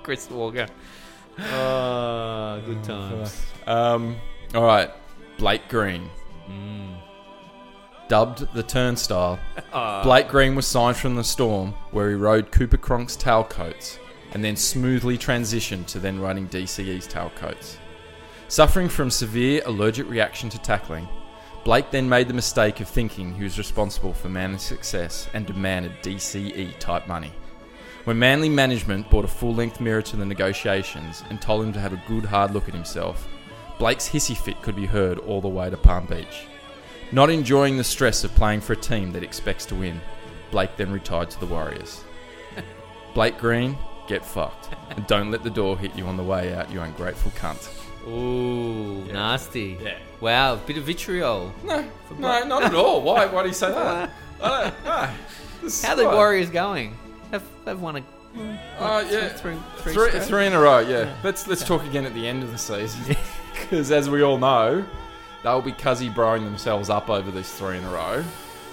S5: Chris Walker. Oh, good times.
S4: Um, all right, Blake Green.
S5: Mm.
S4: Dubbed the turnstile, Blake Green was signed from the Storm, where he rode Cooper Cronk's tailcoats and then smoothly transitioned to then riding DCE's tailcoats. Suffering from severe allergic reaction to tackling, Blake then made the mistake of thinking he was responsible for Manly's success and demanded DCE type money. When Manly management brought a full length mirror to the negotiations and told him to have a good hard look at himself, Blake's hissy fit could be heard all the way to Palm Beach. Not enjoying the stress of playing for a team that expects to win, Blake then retired to the Warriors. Blake Green, get fucked. And don't let the door hit you on the way out, you ungrateful cunt.
S5: Ooh, nasty.
S4: Yeah.
S5: Wow, a bit of vitriol.
S4: No, no, not at all. Why? Why do you say that? I don't know. This
S5: How
S4: is
S5: the
S4: fine.
S5: Warriors going? They've, they've won a
S4: Uh, yeah,
S5: three-
S4: three,
S5: three
S4: three,
S5: straight?
S4: in a row. Yeah, let's let's talk again at the end of the season because, as we all know, they'll be cuzzy broing themselves up over these three in a row,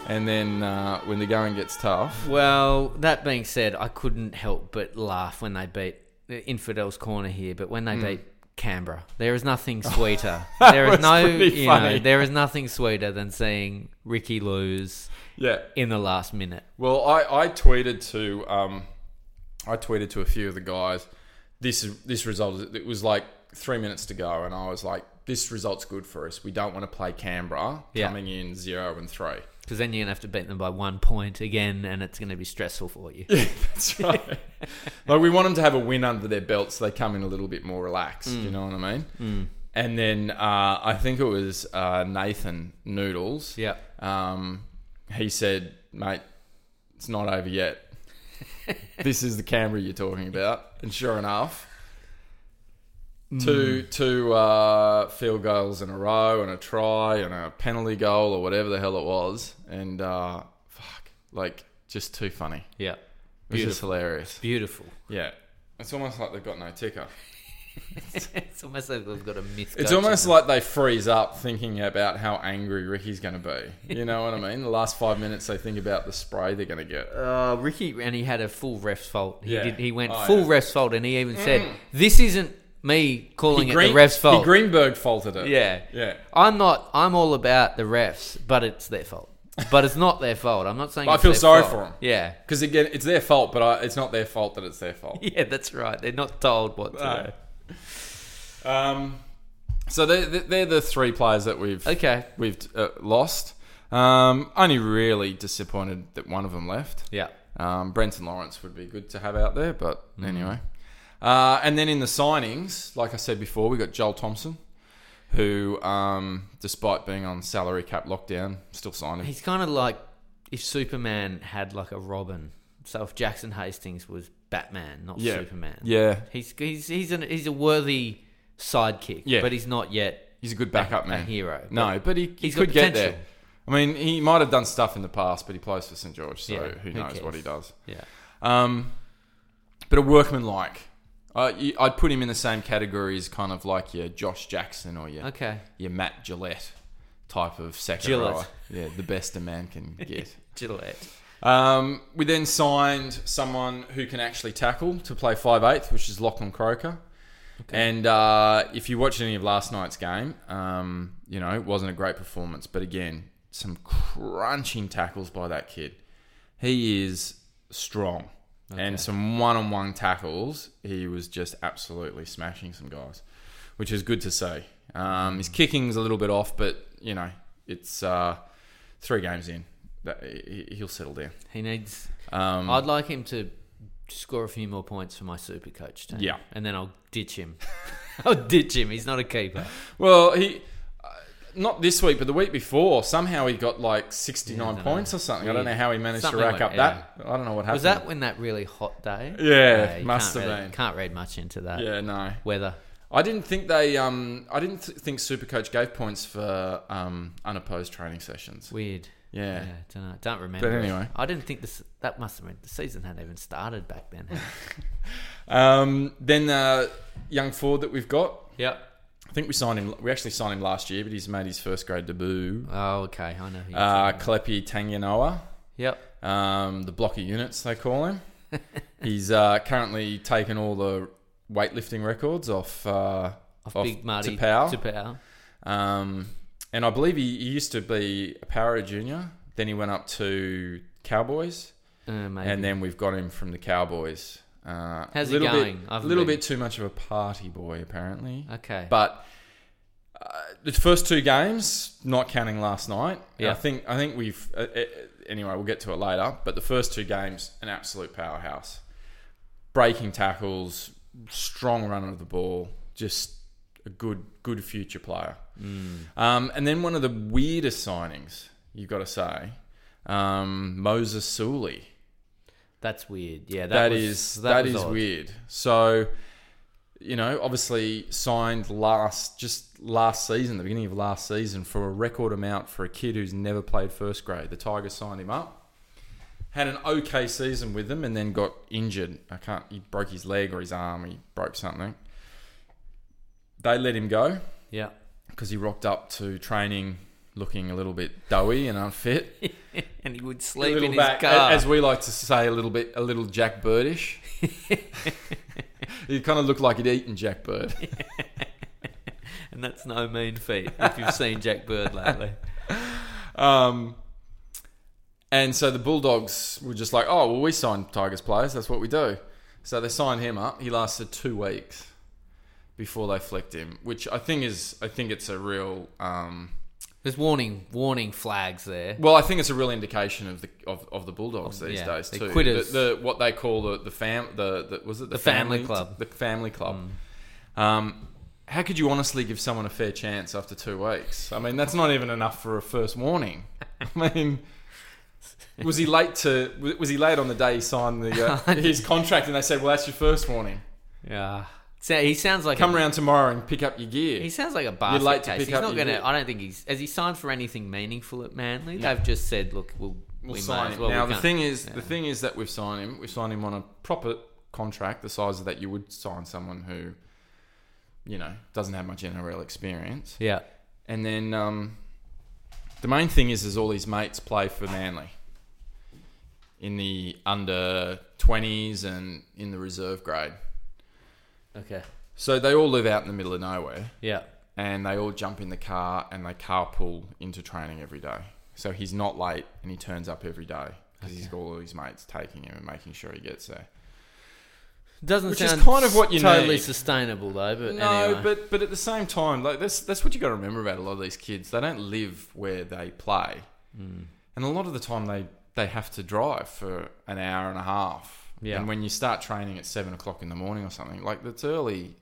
S4: and then uh, when the going gets tough,
S5: Well, that being said, I couldn't help but laugh when they beat Infidel's Corner here, but when they beat Canberra, there is nothing sweeter. there is
S4: Hmm. was
S5: no,
S4: pretty
S5: you know,
S4: funny.
S5: there is nothing sweeter than seeing Ricky lose
S4: yeah.
S5: in the last minute.
S4: Well, I, I tweeted to um, I tweeted to a few of the guys. This is this result. is- It was like three minutes to go, and I was like, "This result's good for us. We don't want to play Canberra
S5: Yeah.
S4: coming in zero and three.
S5: Because then you're gonna have to beat them by one point again, and it's gonna be stressful for you.
S4: That's right. like we want them to have a win under their belt, so they come in a little bit more relaxed. You know what I mean? And then uh, I think it was uh, Nathan Noodles.
S5: Yeah.
S4: Um, he said, "Mate, it's not over yet. this is the Canberra you're talking about." And sure enough, two two uh, field goals in a row, and a try, and a penalty goal, or whatever the hell it was. And uh, fuck, like just too funny.
S5: Yeah,
S4: Which is
S5: beautiful,
S4: hilarious.
S5: beautiful.
S4: Yeah. It's almost like they've got no ticker.
S5: it's almost like they've got a myth.
S4: It's almost like they freeze up thinking about how angry Ricky's going to be. You know what I mean? The last five minutes, they think about the spray they're going to get.
S5: Uh, Ricky and he had a full ref's fault. He
S4: Yeah.
S5: did. He went
S4: Oh,
S5: full
S4: yeah. Mm.
S5: ref's fault, and he even said, "This isn't me calling it
S4: Green-
S5: the ref's fault."
S4: He Greenberg faulted it.
S5: Yeah.
S4: Yeah.
S5: I'm not. I'm all about the refs, but it's their fault. but it's not their fault. I'm not saying.
S4: I
S5: it's
S4: feel
S5: their
S4: sorry
S5: fault.
S4: for 'em.
S5: Yeah,
S4: Because again, it's their fault, but I, it's not their fault that it's their fault.
S5: yeah, that's right. They're not told what to.
S4: No.
S5: do.
S4: Um, so they're, they're- they're the three players that we've
S5: Okay.
S4: we've uh, lost. Um, only really disappointed that one of them left.
S5: Yeah.
S4: Um, Brenton Lawrence would be good to have out there, but
S5: Mm.
S4: anyway. Uh, and then in the signings, like I said before, we got Joel Thompson, who, um, despite being on salary cap lockdown, still signed him.
S5: He's kind of like if Superman had like a Robin. So if Jackson Hastings was Batman, not
S4: Yeah.
S5: Superman.
S4: Yeah.
S5: He's he's he's an, he's a worthy sidekick.
S4: Yeah.
S5: But he's not yet.
S4: He's a good backup
S5: a
S4: man.
S5: hero.
S4: No, but he, he
S5: He's
S4: could
S5: got
S4: get
S5: potential.
S4: there. I mean, he might have done stuff in the past, but he plays for St George, so
S5: Yeah,
S4: who
S5: who
S4: knows what
S5: cares?
S4: he does.
S5: Yeah.
S4: Um, but a workman like. Uh, you- I'd put him in the same category as kind of like your Josh Jackson or your
S5: Okay.
S4: your Matt Gillette type of second
S5: Gillette.
S4: rower. Yeah, the best a man can get.
S5: Gillette.
S4: um, we then signed someone who can actually tackle to play five eighth, which is Lachlan Croker. And uh, if you watched any of last night's game, um, you know, it wasn't a great performance. But again, some crunching tackles by that kid. He is strong. And some one on one tackles, he was just absolutely smashing some guys, which is good to see. Um, his kicking's a little bit off, but, you know, it's uh, three games in. That, he- he'll settle down.
S5: He needs.
S4: Um,
S5: I'd like him to score a few more points for my super coach team.
S4: Yeah.
S5: And then I'll ditch him. I'll ditch him. He's not a keeper.
S4: Well, he uh, not this week, but the week before, somehow he got like
S5: Yeah, I
S4: sixty-nine
S5: don't
S4: points
S5: know.
S4: or something. I don't know
S5: Weird.
S4: how he managed
S5: Something
S4: to rack
S5: like-
S4: up that. I don't know what happened.
S5: Was that when that really hot day?
S4: Yeah,
S5: you
S4: must
S5: can't
S4: have
S5: really-
S4: been.
S5: Can't read much into that.
S4: Yeah, no.
S5: Weather.
S4: I didn't think they. Um, I didn't th- think Supercoach gave points for um, unopposed training sessions.
S5: Weird.
S4: Yeah.
S5: don't know. Don't remember.
S4: But
S5: it.
S4: anyway.
S5: I didn't think this. That must have been the season hadn't even started back then.
S4: Um, then uh, young Ford that we've got.
S5: yep.
S4: I think we signed him. We actually signed him last year, but he's made his first grade debut.
S5: Oh, okay. I know. Who you're
S4: Uh,
S5: talking about.
S4: Kalepi Tanganoa.
S5: yep.
S4: um, the blocker units they call him. He's uh, currently taken all the weightlifting records off uh,
S5: Off, Big Marty
S4: Tapau.
S5: Tapau.
S4: Um, and I believe he, he used to be a Para junior. Then he went up to Cowboys,
S5: Uh, maybe.
S4: and then we've got him from the Cowboys. Uh,
S5: How's he
S4: little
S5: going?
S4: Bit, a
S5: I haven't
S4: little
S5: been-
S4: bit too much of a party boy, apparently.
S5: okay.
S4: But uh, the first two games, not counting last night,
S5: Yeah.
S4: I think I think we've uh, uh, anyway. We'll get to it later. But the first two games, an absolute powerhouse, breaking tackles, strong run of the ball, just a good good future player.
S5: Mm.
S4: Um, and then one of the weirdest signings you've got to say, um, Moses Suley.
S5: that's weird. Yeah. That,
S4: That
S5: was,
S4: is
S5: that
S4: that
S5: was
S4: is
S5: odd.
S4: weird. So, you know, obviously signed last just last season, the beginning of last season, for a record amount for a kid who's never played first grade. The Tigers signed him up, had an okay season with them, and then got injured. I can't. He broke his leg or his arm. He broke something. They let him go
S5: Yeah.
S4: because he rocked up to training looking a little bit doughy and unfit.
S5: and he would
S4: A
S5: sleep
S4: little
S5: in his
S4: back-
S5: car.
S4: As we like to say, a little bit, a little Jack Birdish. he kind of looked like he'd eaten Jack Bird.
S5: and that's no mean feat if you've seen Jack Bird lately.
S4: Um, and so the Bulldogs were just like, oh, well, we sign Tigers players. That's what we do. So they signed him up. He lasted two weeks before they flicked him, which I think is, I think it's a real, um,
S5: There's warning warning flags there.
S4: well, I think it's a real indication of the of, of the Bulldogs these
S5: Yeah,
S4: days
S5: they're
S4: too.
S5: quitters.
S4: The, the what they call the the fam the, the was it the,
S5: The family club. Mm.
S4: the family club. Um, how could you honestly give someone a fair chance after two weeks? I mean, that's not even enough for a first warning. I mean, was he late to was- was he late on the day he signed the uh, his contract and they said, well, that's your first warning.
S5: Yeah. So he sounds like
S4: Come
S5: a,
S4: around tomorrow and pick up your gear.
S5: He sounds like a basket
S4: You'd like to
S5: case.
S4: pick
S5: he's
S4: up your
S5: not going
S4: bit.
S5: to. I don't think he's. Has he signed for anything meaningful at Manly? They've just said, look, we'll,
S4: we'll
S5: we
S4: sign
S5: might as
S4: him.
S5: well. we
S4: now the
S5: can't-
S4: thing is,
S5: yeah.
S4: the thing is that we've signed him. We've signed him on a proper contract, the size of that you would sign someone who, you know, doesn't have much NRL experience.
S5: Yeah.
S4: And then um, the main thing is, is all his mates play for Manly in the under twenties and in the reserve grade.
S5: Okay.
S4: So they all live out in the middle of nowhere,
S5: Yeah.
S4: and they all jump in the car and they carpool into training every day. So he's not late and he turns up every day because he's got all his mates taking him and making sure he gets there.
S5: Doesn't
S4: Which is
S5: sound
S4: kind of what you
S5: totally
S4: need.
S5: sustainable though. But
S4: no,
S5: anyway.
S4: but but at the same time, like that's that's what you got to remember about a lot of these kids. They don't live where they play,
S5: Mm.
S4: and a lot of the time they they have to drive for an hour and a half.
S5: Yeah.
S4: And when you start training at seven o'clock in the morning or something, like that's early.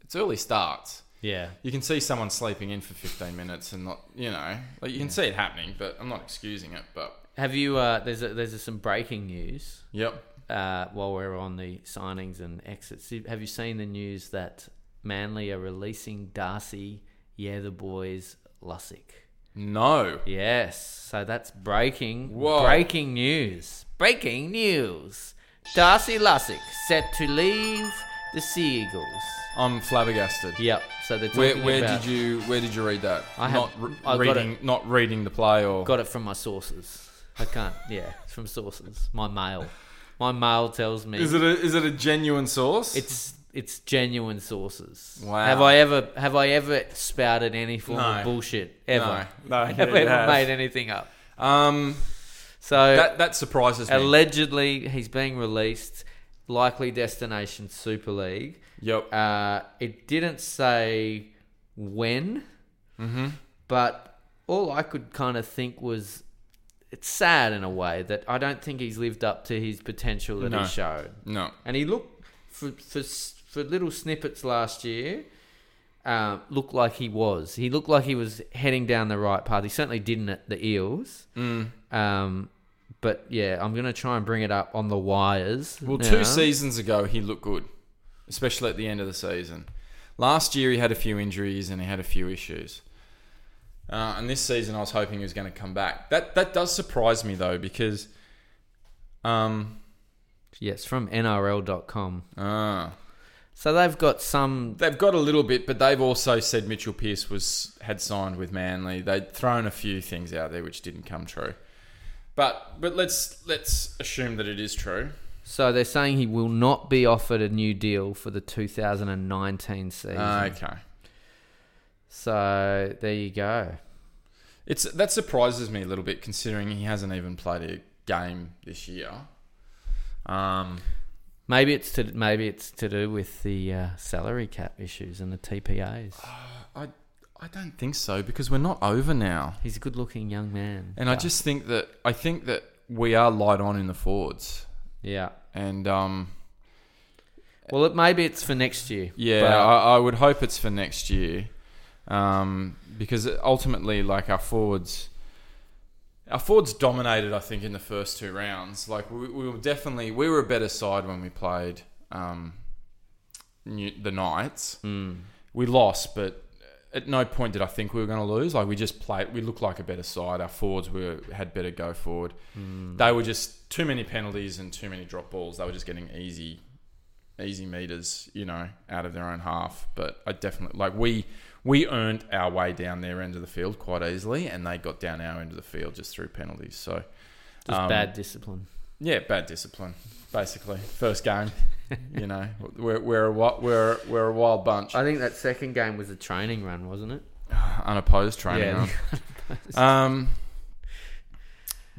S4: It's early starts.
S5: yeah,
S4: You can see someone sleeping in for fifteen minutes and not, you know, like you can see it happening. But I'm not excusing it. But
S5: have you? Uh, there's a, there's a, some breaking news.
S4: yep,
S5: uh, while we're on the signings and exits, have you seen the news that Manly are releasing Darcy, yeah, the boys, Lussick?
S4: no,
S5: Yes, so that's breaking
S4: Whoa.
S5: breaking news. Breaking news. Darcy Lussick set to leave the Sea Eagles.
S4: I'm flabbergasted.
S5: Yep. So they're talking
S4: Where, where
S5: about,
S4: did you where did you read that?
S5: I
S4: not
S5: have-
S4: re-
S5: I got
S4: reading
S5: it.
S4: not reading the play or
S5: Got it from my sources. I can't. Yeah, it's from sources. My mail. My mail tells me.
S4: Is it a, is it a genuine source?
S5: It's it's genuine sources.
S4: Wow.
S5: Have I ever have I ever spouted any form
S4: No.
S5: of bullshit ever?
S4: No, no,
S5: have
S4: yeah,
S5: ever
S4: you have.
S5: made anything up?
S4: um
S5: So
S4: that that surprises me.
S5: allegedly he's being released, likely destination Super League.
S4: yep.
S5: Uh, it didn't say when,
S4: Mm-hmm.
S5: but all I could kind of think was it's sad in a way that I don't think he's lived up to his potential that
S4: No.
S5: he showed
S4: no.
S5: and he looked for for s- for little snippets last year. Uh, looked like he was. He looked like he was heading down the right path. He certainly didn't at the Eels.
S4: Mm.
S5: Um, but yeah, I'm gonna try and bring it up on the wires.
S4: Well,
S5: now.
S4: two seasons ago he looked good, especially at the end of the season. Last year he had a few injuries and he had a few issues. Uh, and this season I was hoping he was going to come back. That that does surprise me though because um
S5: Yes, from NRL.com.
S4: ah
S5: So they've got some.
S4: They've got a little bit, but they've also said Mitchell Pearce was had signed with Manly. They'd thrown a few things out there which didn't come true. But but let's let's assume that it is true.
S5: So they're saying he will not be offered a new deal for the 2019 season.
S4: okay.
S5: So there you go.
S4: It's that surprises me a little bit considering he hasn't even played a game this year. Um
S5: Maybe it's to maybe it's to do with the uh, salary cap issues and the TPAs.
S4: Ah. I I don't think so because we're not over now.
S5: He's a good-looking young man,
S4: And I just think that I think that we are light on in the forwards.
S5: yeah.
S4: And um
S5: Well, it maybe it's for next year.
S4: Yeah,
S5: but-
S4: I, I would hope it's for next year, um, because ultimately, like our forwards, our forwards dominated. I think in the first two rounds, like we, we were definitely we were a better side when we played um, New, the Knights. We lost, but at no point did I think we were going to lose. Like we just played, we looked like a better side. Our forwards were had better go forward. They were just too many penalties and too many drop balls. They were just getting easy easy meters, you know, out of their own half. But I definitely like we we earned our way down their end of the field quite easily, and they got down our end of the field just through penalties. So
S5: just
S4: um,
S5: bad discipline.
S4: yeah, bad discipline basically. First game, you know, we're we're a wi- we're we're a wild bunch,
S5: I think that second game was a training run, wasn't it?
S4: unopposed training.
S5: Yeah.
S4: run. Um,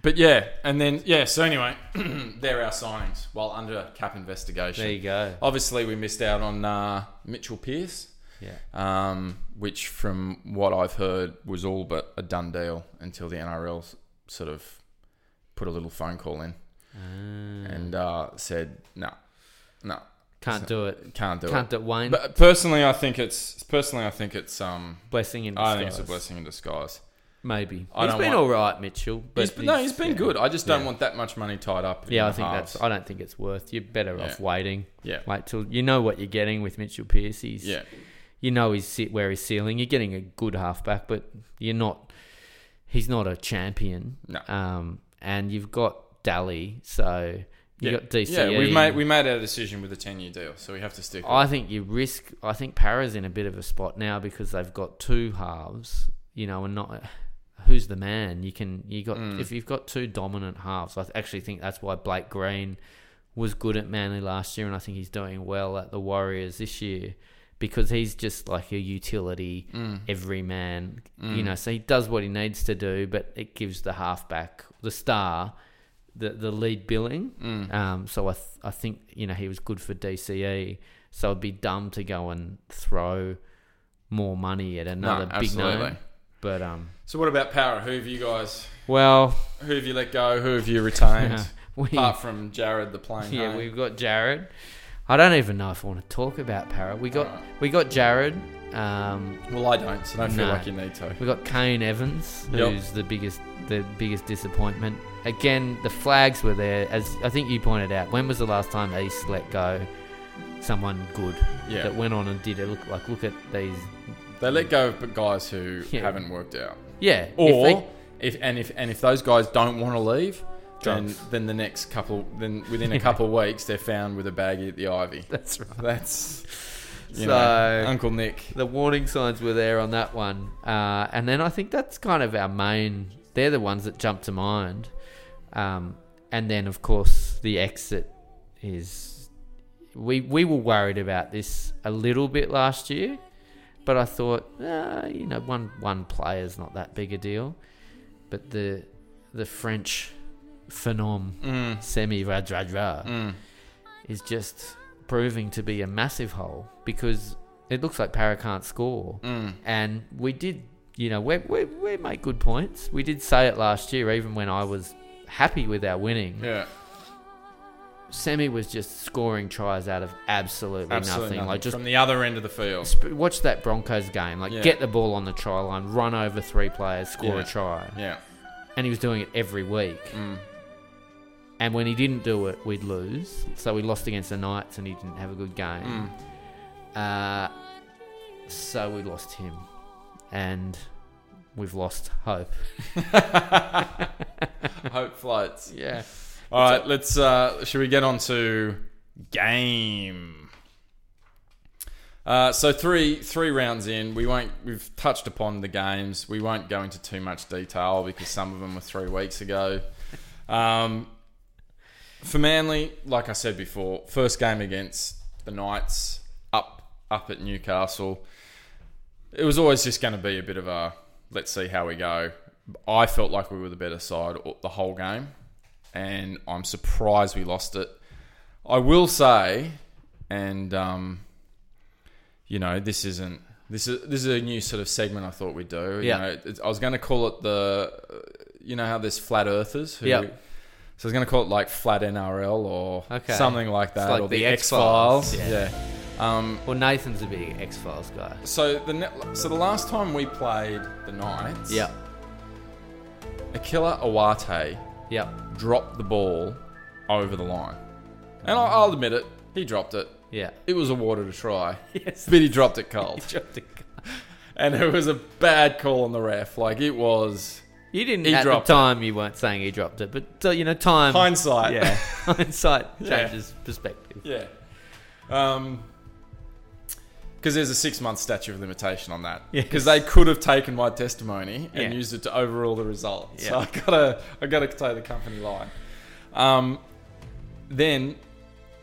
S4: but yeah, and then yeah. So anyway, they're our signings while under cap investigation.
S5: There you go.
S4: Obviously, we missed out on uh, Mitchell Pearce.
S5: Yeah.
S4: um, which from what I've heard was all but a done deal until the NRL s- sort of put a little phone call in
S5: Ah. Mm.
S4: and uh, said, no, no,
S5: Can't do it.
S4: can't do
S5: Can't
S4: it.
S5: do it, Wayne.
S4: But personally, I think it's personally, I think it's um,
S5: blessing in disguise.
S4: I think it's a blessing in disguise.
S5: Maybe
S4: I
S5: he's
S4: don't
S5: been
S4: want-
S5: all right, Mitchell. But
S4: He's been- no, he's been
S5: yeah.
S4: good. I just don't
S5: Yeah.
S4: want that much money tied up.
S5: Yeah,
S4: in
S5: I
S4: the
S5: think
S4: halves.
S5: that's. I don't think it's worth. You're better off
S4: Yeah.
S5: waiting.
S4: Yeah.
S5: Wait till you know what you're getting with Mitchell Pearce. He's
S4: yeah,
S5: you know he's sit where he's ceiling. You're getting a good halfback, but you're not. He's not a champion.
S4: No.
S5: Um, and you've got Dally, so
S4: yeah.
S5: you have got E. DCE.
S4: Yeah, we've made we made our decision with a ten year deal, so we have to stick. with it.
S5: I think you risk. I think Para's in a bit of a spot now because they've got two halves. You know, and not who's the man. You can you got if you've got two dominant halves. I actually think that's why Blake Green was good at Manly last year, and I think he's doing well at the Warriors this year because he's just like a utility everyman, you know. So he does what he needs to do, but it gives the halfback, the star, the the lead billing.
S4: Mm.
S5: Um, so I th- I think you know he was good for DCE. So it'd be dumb to go and throw more money at another big
S4: absolutely.
S5: name. But um,
S4: So what about power? Who have you guys?
S5: well,
S4: Who have you let go? Who have you retained?
S5: Yeah, we-
S4: Apart from Jared, the plane.
S5: Yeah,
S4: home.
S5: we've got Jared. I don't even know if I want to talk about Para. We got we got Jared. Um,
S4: Well, I don't, so don't feel
S5: No.
S4: like you need to.
S5: we got Kane Evans,
S4: Yep.
S5: who's the biggest the biggest disappointment. Again, the flags were there, as I think you pointed out. When was the last time East let go someone good
S4: Yeah.
S5: that went on and did it? Look like look at these.
S4: They let go of guys who
S5: Yeah.
S4: haven't worked out,
S5: Yeah, if
S4: or
S5: they-
S4: if, and if and if those guys don't want to leave, then
S5: Drugs.
S4: then the next couple, then within a couple of weeks, they're found with a baggie at the Ivy.
S5: that's right.
S4: That's you know,
S5: So-
S4: Uncle Nick.
S5: the warning signs were there on that one. Uh, and then I think that's kind of our main. They're the ones that jump to mind. Um, and then of course the exit is. We we were worried about this a little bit last year, but I thought, uh, you know, one one player's not that big a deal. But the the French phenom
S4: Mm,
S5: Semi Radradra
S4: mm.
S5: is just proving to be a massive hole because it looks like Para can't score.
S4: Mm.
S5: And we did, you know, we, we, we make good points. We did say it last year, even when I was happy with our winning.
S4: Yeah,
S5: Semi was just scoring tries out of absolutely,
S4: absolutely
S5: nothing.
S4: nothing.
S5: Like, just
S4: from the other end of the field.
S5: sp- watch that Broncos game. Like,
S4: Yeah.
S5: get the ball on the try line, run over three players, score
S4: Yeah.
S5: a try.
S4: Yeah,
S5: And he was doing it every week.
S4: Mm.
S5: And when he didn't do it, we'd lose. So we lost against the Knights and he didn't have a good game.
S4: mm.
S5: Uh, so we lost him, and we've lost hope.
S4: hope floats.
S5: Yeah.
S4: All right, let's. Uh, should we get on to game? Uh, so three three rounds in, we won't. We've touched upon the games. We won't go into too much detail because some of them were three weeks ago. Um, for Manly, like I said before, first game against the Knights up up at Newcastle. It was always just going to be a bit of a let's see how we go. I felt like we were the better side all- the whole game, and I'm surprised we lost it. I will say, and um, you know, this isn't this is this is a new sort of segment I thought we'd do. You
S5: Yeah.
S4: know, it's, I was going to call it the, uh, you know how there's flat earthers who
S5: Yeah.
S4: so I was going to call it like flat NRL or
S5: Okay.
S4: something like that,
S5: like
S4: or
S5: the
S4: the X
S5: X-Files.
S4: Files. Yeah.
S5: Well, Nathan's a big X Files guy.
S4: So the ne- so the last time we played the Knights,
S5: Yep.
S4: Akila Awate
S5: Yep.
S4: dropped the ball over the line, and I- I'll admit it, he dropped it.
S5: Yeah.
S4: It was awarded a try,
S5: Yes.
S4: but he dropped it cold, and it was a bad call on the ref. Like it was
S5: You didn't
S4: He
S5: at the
S4: dropped it.
S5: time. You weren't saying he dropped it, but so, you know, time.
S4: hindsight.
S5: Um, Yeah. hindsight
S4: Yeah.
S5: changes perspective.
S4: Yeah. Um 'cause because there's a six month statute of limitation on that.
S5: Yes.
S4: Because they could have taken my testimony and
S5: Yeah.
S4: used it to overrule the result. So
S5: Yeah.
S4: I gotta I gotta toe the company line. Um, then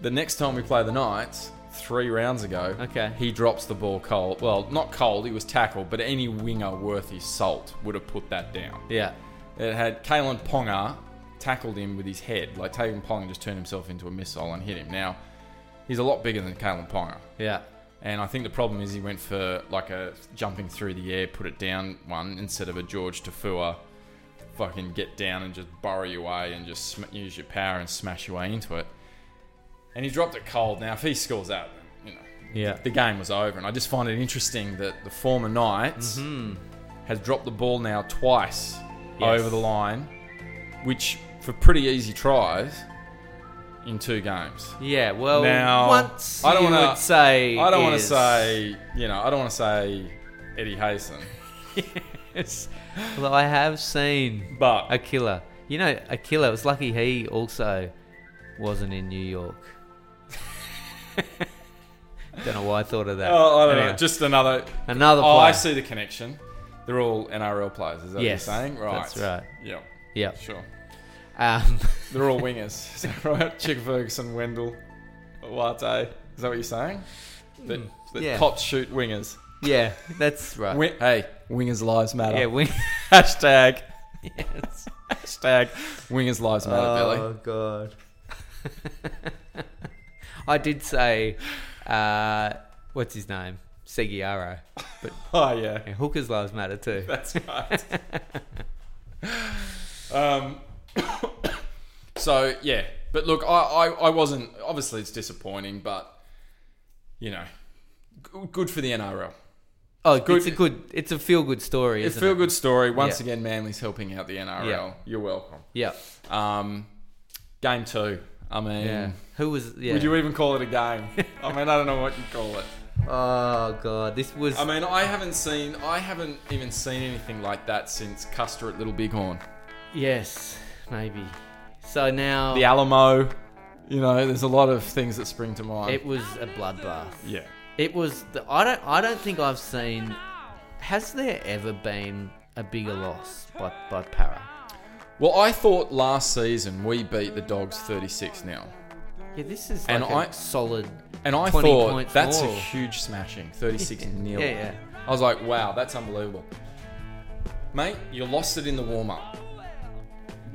S4: the next time we play the Knights, three rounds ago,
S5: Okay.
S4: he drops the ball cold. Well, not cold, he was tackled, but any winger worth his salt would have put that down.
S5: Yeah.
S4: It had Kalen Ponga tackled him with his head. Like Kalen Ponga just turned himself into a missile and hit him. Now, he's a lot bigger than Kalen Ponga.
S5: Yeah.
S4: And I think the problem is he went for like a jumping through the air, put it down one instead of a George Tafua fucking get down and just burrow your way and just sm- use your power and smash your way into it. And he dropped it cold. Now, if he scores out, then, you know,
S5: Yeah.
S4: the game was over. And I just find it interesting that the former Knights has dropped the ball now twice
S5: Mm-hmm. Yes.
S4: over the line, which for pretty easy tries in two games.
S5: Yeah. Well,
S4: Now,
S5: once
S4: I don't
S5: you
S4: wanna-
S5: would say.
S4: I don't want to
S5: is-
S4: say, you know, I don't want to say Eddie Hayson,
S5: Yes. Although I have seen
S4: but
S5: A killer. You know, a killer. It was lucky he also wasn't in New York. don't know why I thought of that.
S4: Oh, I don't know.
S5: Anyway,
S4: Just another.
S5: another
S4: Oh, I
S5: player.
S4: see the connection. They're all NRL players. Is that
S5: Yes,
S4: what you're saying? Right.
S5: that's right.
S4: Yeah.
S5: Yeah.
S4: Sure.
S5: Um,
S4: They're all wingers. Is that right? Chick Ferguson, Wendell, Wate. Is that what you're saying? that, that
S5: Yeah.
S4: cops shoot wingers.
S5: Yeah, that's right.
S4: Wi- hey, wingers lives matter.
S5: yeah, win.
S4: Hashtag
S5: yes.
S4: hashtag wingers lives
S5: Uh,
S4: matter, Billy.
S5: god. I did say, uh, what's his name? Seguiaro.
S4: Oh yeah,
S5: Yeah, hookers' lives matter too.
S4: that's right. um, so yeah, but look, I, I I wasn't. Obviously, it's disappointing, but you know, g- good for the NRL.
S5: Oh,
S4: good-
S5: it's a good, it's a feel-good story.
S4: It's a
S5: Isn't
S4: feel good story. Once
S5: Yeah.
S4: again, Manly's helping out the NRL.
S5: Yeah.
S4: You're welcome.
S5: Yeah,
S4: Um, game two. I mean,
S5: yeah. Who was? Yeah.
S4: would you even call it a game? I mean, I don't know what you call it.
S5: oh god, this was.
S4: I mean, I haven't seen, I haven't even seen anything like that since Custer at Little Bighorn.
S5: yes, maybe. So now
S4: The Alamo. You know, there's a lot of things that spring to mind.
S5: it was a bloodbath.
S4: yeah.
S5: It was. The, I don't. I don't think I've seen. Has there ever been a bigger loss by by para?
S4: Well, I thought last season we beat the Dogs 36 0.
S5: Yeah, this is like
S4: And
S5: a
S4: I-
S5: solid.
S4: And I
S5: 20
S4: thought
S5: points
S4: that's a
S5: more.
S4: huge smashing, 36 nil.
S5: Yeah, yeah.
S4: I was like, wow, that's unbelievable. Mate, you lost it in the warm up.